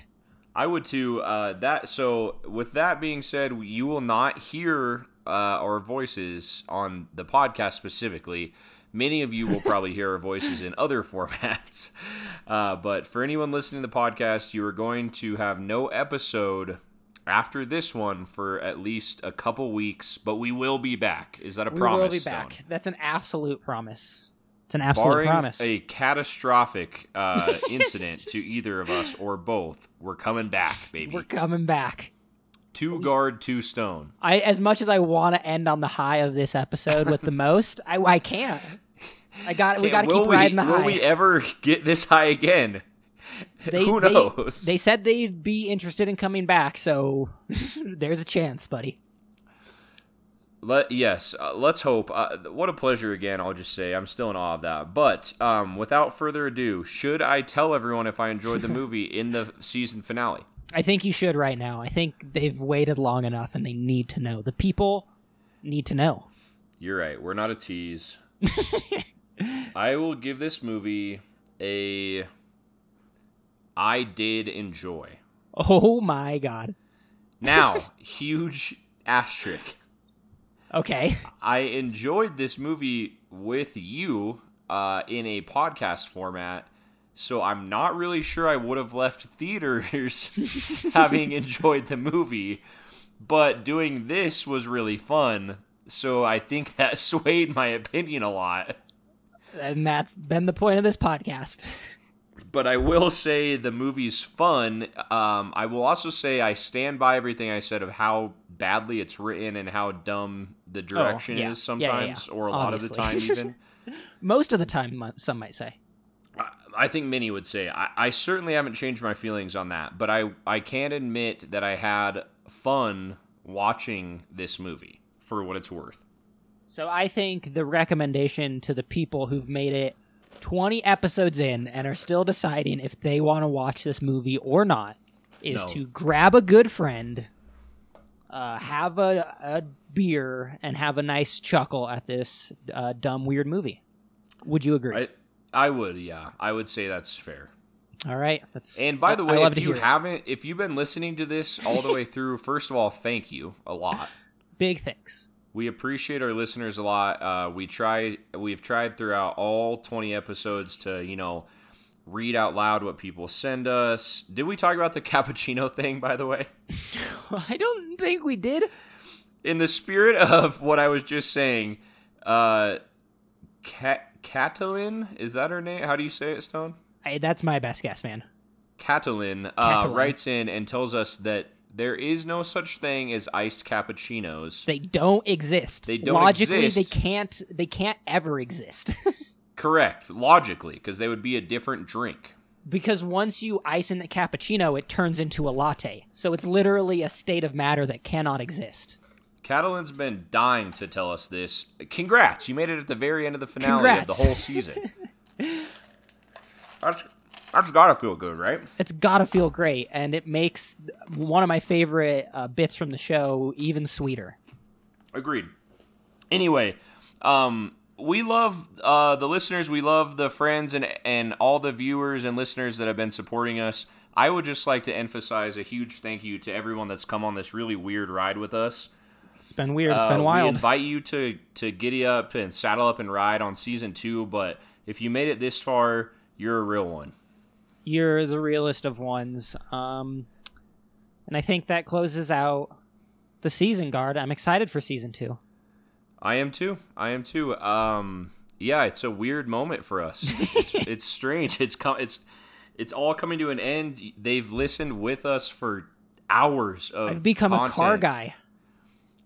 C: I would too. Uh, that so. With that being said, you will not hear uh, our voices on the podcast specifically. Many of
B: (laughs)
C: you will probably hear our voices in other formats, (laughs) uh, but for anyone listening to the podcast, you are going to have no episode after this one for at least a couple weeks, but we will be back. Is that a
B: We
C: promise?
B: will be
C: Stone?
B: back. That's an absolute promise. It's an absolute
C: Barring
B: promise.
C: a catastrophic
B: (laughs)
C: uh, incident to either of us or both, we're coming back, baby.
B: We're coming back.
C: two guard, two stone.
B: I, as much as I want to end on the high of this episode
C: (laughs)
B: with the most, I, I can't. I got. We got to
C: will
B: keep riding the
C: will
B: high.
C: we ever get this high again?
B: they,
C: Who
B: they-
C: knows?
B: They, said they'd be interested in coming back, so (laughs) there's a chance, buddy.
C: Let yes, uh, let's hope. Uh, what a pleasure again. I'll just say I'm still in awe of that. But um, without further ado, should I tell everyone if I
B: (laughs)
C: enjoyed the movie in the season finale?
B: I think you should right now. I think they've waited long enough, and they need to know. The people need to know.
C: You're right. We're not a
B: (laughs)
C: tease. I will give this movie a. I did enjoy.
B: Oh my god. (laughs)
C: Now, huge asterisk.
B: Okay.
C: I enjoyed this movie with you uh, in a podcast format, so I'm not really sure I would have left theaters (laughs)
B: (laughs)
C: having enjoyed the movie, but doing this was really fun, so I think (laughs) that swayed my opinion a lot.
B: And that's been the point of this podcast.
C: But I will say the movie's fun. Um, I will also say I stand by everything I said of how badly it's written and how dumb the direction
B: Oh, yeah.
C: is
B: Yeah, yeah, yeah.
C: sometimes, or a lot of the time,
B: Obviously. (laughs)
C: even.
B: Most of the time, mo- some might say.
C: I- I think many would say I, I certainly haven't changed my feelings on that, but I I can admit that I had fun watching this movie for what it's worth.
B: So I think the recommendation to the people who've made it 20 episodes in and are still deciding if they want to watch this movie or not is
C: No.
B: to grab a good friend, uh, have a, a beer, and have a nice chuckle at this uh, dumb, weird movie. Would you agree?
C: I I would yeah I would say that's fair.
B: All right. That's
C: And by the
B: I- I
C: way,
B: love
C: if
B: to
C: you
B: hear it.
C: haven't if you've been listening to this all the way through, (laughs) first of all, thank you a lot.
B: big thanks. (laughs)
C: We appreciate our listeners a lot. Uh, we try we've tried throughout all 20 episodes to you know read out loud what people send us. Did we talk about the (laughs) cappuccino thing by the way?
B: I don't think we did.
C: in the spirit of what I was just saying, uh, Cat Catalin is that her name? How do you say it, Stone?
B: I, that's my best guess, man.
C: Catalin uh,
B: Catalin.
C: writes in and tells us that there is no such thing as iced cappuccinos.
B: They don't exist.
C: They don't
B: Logically, they
C: exist.
B: can't. They can't ever exist. (laughs)
C: Correct, logically, because they would be a different drink.
B: because once you ice in the cappuccino, it turns into a latte. So it's literally a state of matter that cannot exist.
C: Catalin's been dying to tell us this. Congrats, you made it at the very end of the finale of
B: Congrats.
C: the
B: (laughs)
C: whole season. that's that's gotta feel good, right?
B: It's gotta feel great, and it makes one of my favorite uh, bits from the show even sweeter.
C: Agreed. Anyway, um, we love uh, the listeners. We love the friends and and all the viewers and listeners that have been supporting us. I would just like to emphasize a huge thank you to everyone that's come on this really weird ride with us.
B: It's been weird. It's
C: Uh,
B: been
C: We
B: wild.
C: invite you to to giddy up and saddle up and ride on season two. But if you made it this far, you're a real one.
B: You're the realest of ones. Um, and I think that closes out the season, guard. I'm excited for season two.
C: I am too. I am too. Um, yeah, it's a weird moment for us.
B: (laughs)
C: It's, it's strange. It's com- it's it's all coming to an end. They've listened with us for hours of.
B: I've become a car
C: content.
B: guy.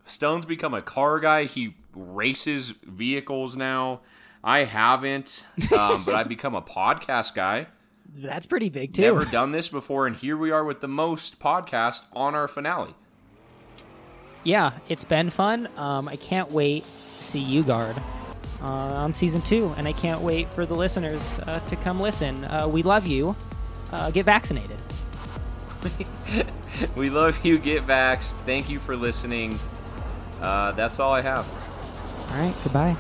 C: Stone's become a car guy. He races vehicles now. I haven't, um, but I've become a podcast guy.
B: That's pretty big (laughs) too.
C: Never done this before, and here we are with the most podcast on our finale.
B: yeah, it's been fun. Um, I can't wait to see you guard uh, on season two, and I can't wait for the listeners uh, to come listen. Uh, we love you. Uh, get vaccinated.
C: We love you. Get vaxxed. Thank you for listening. Uh, that's all I have.
B: All right, goodbye.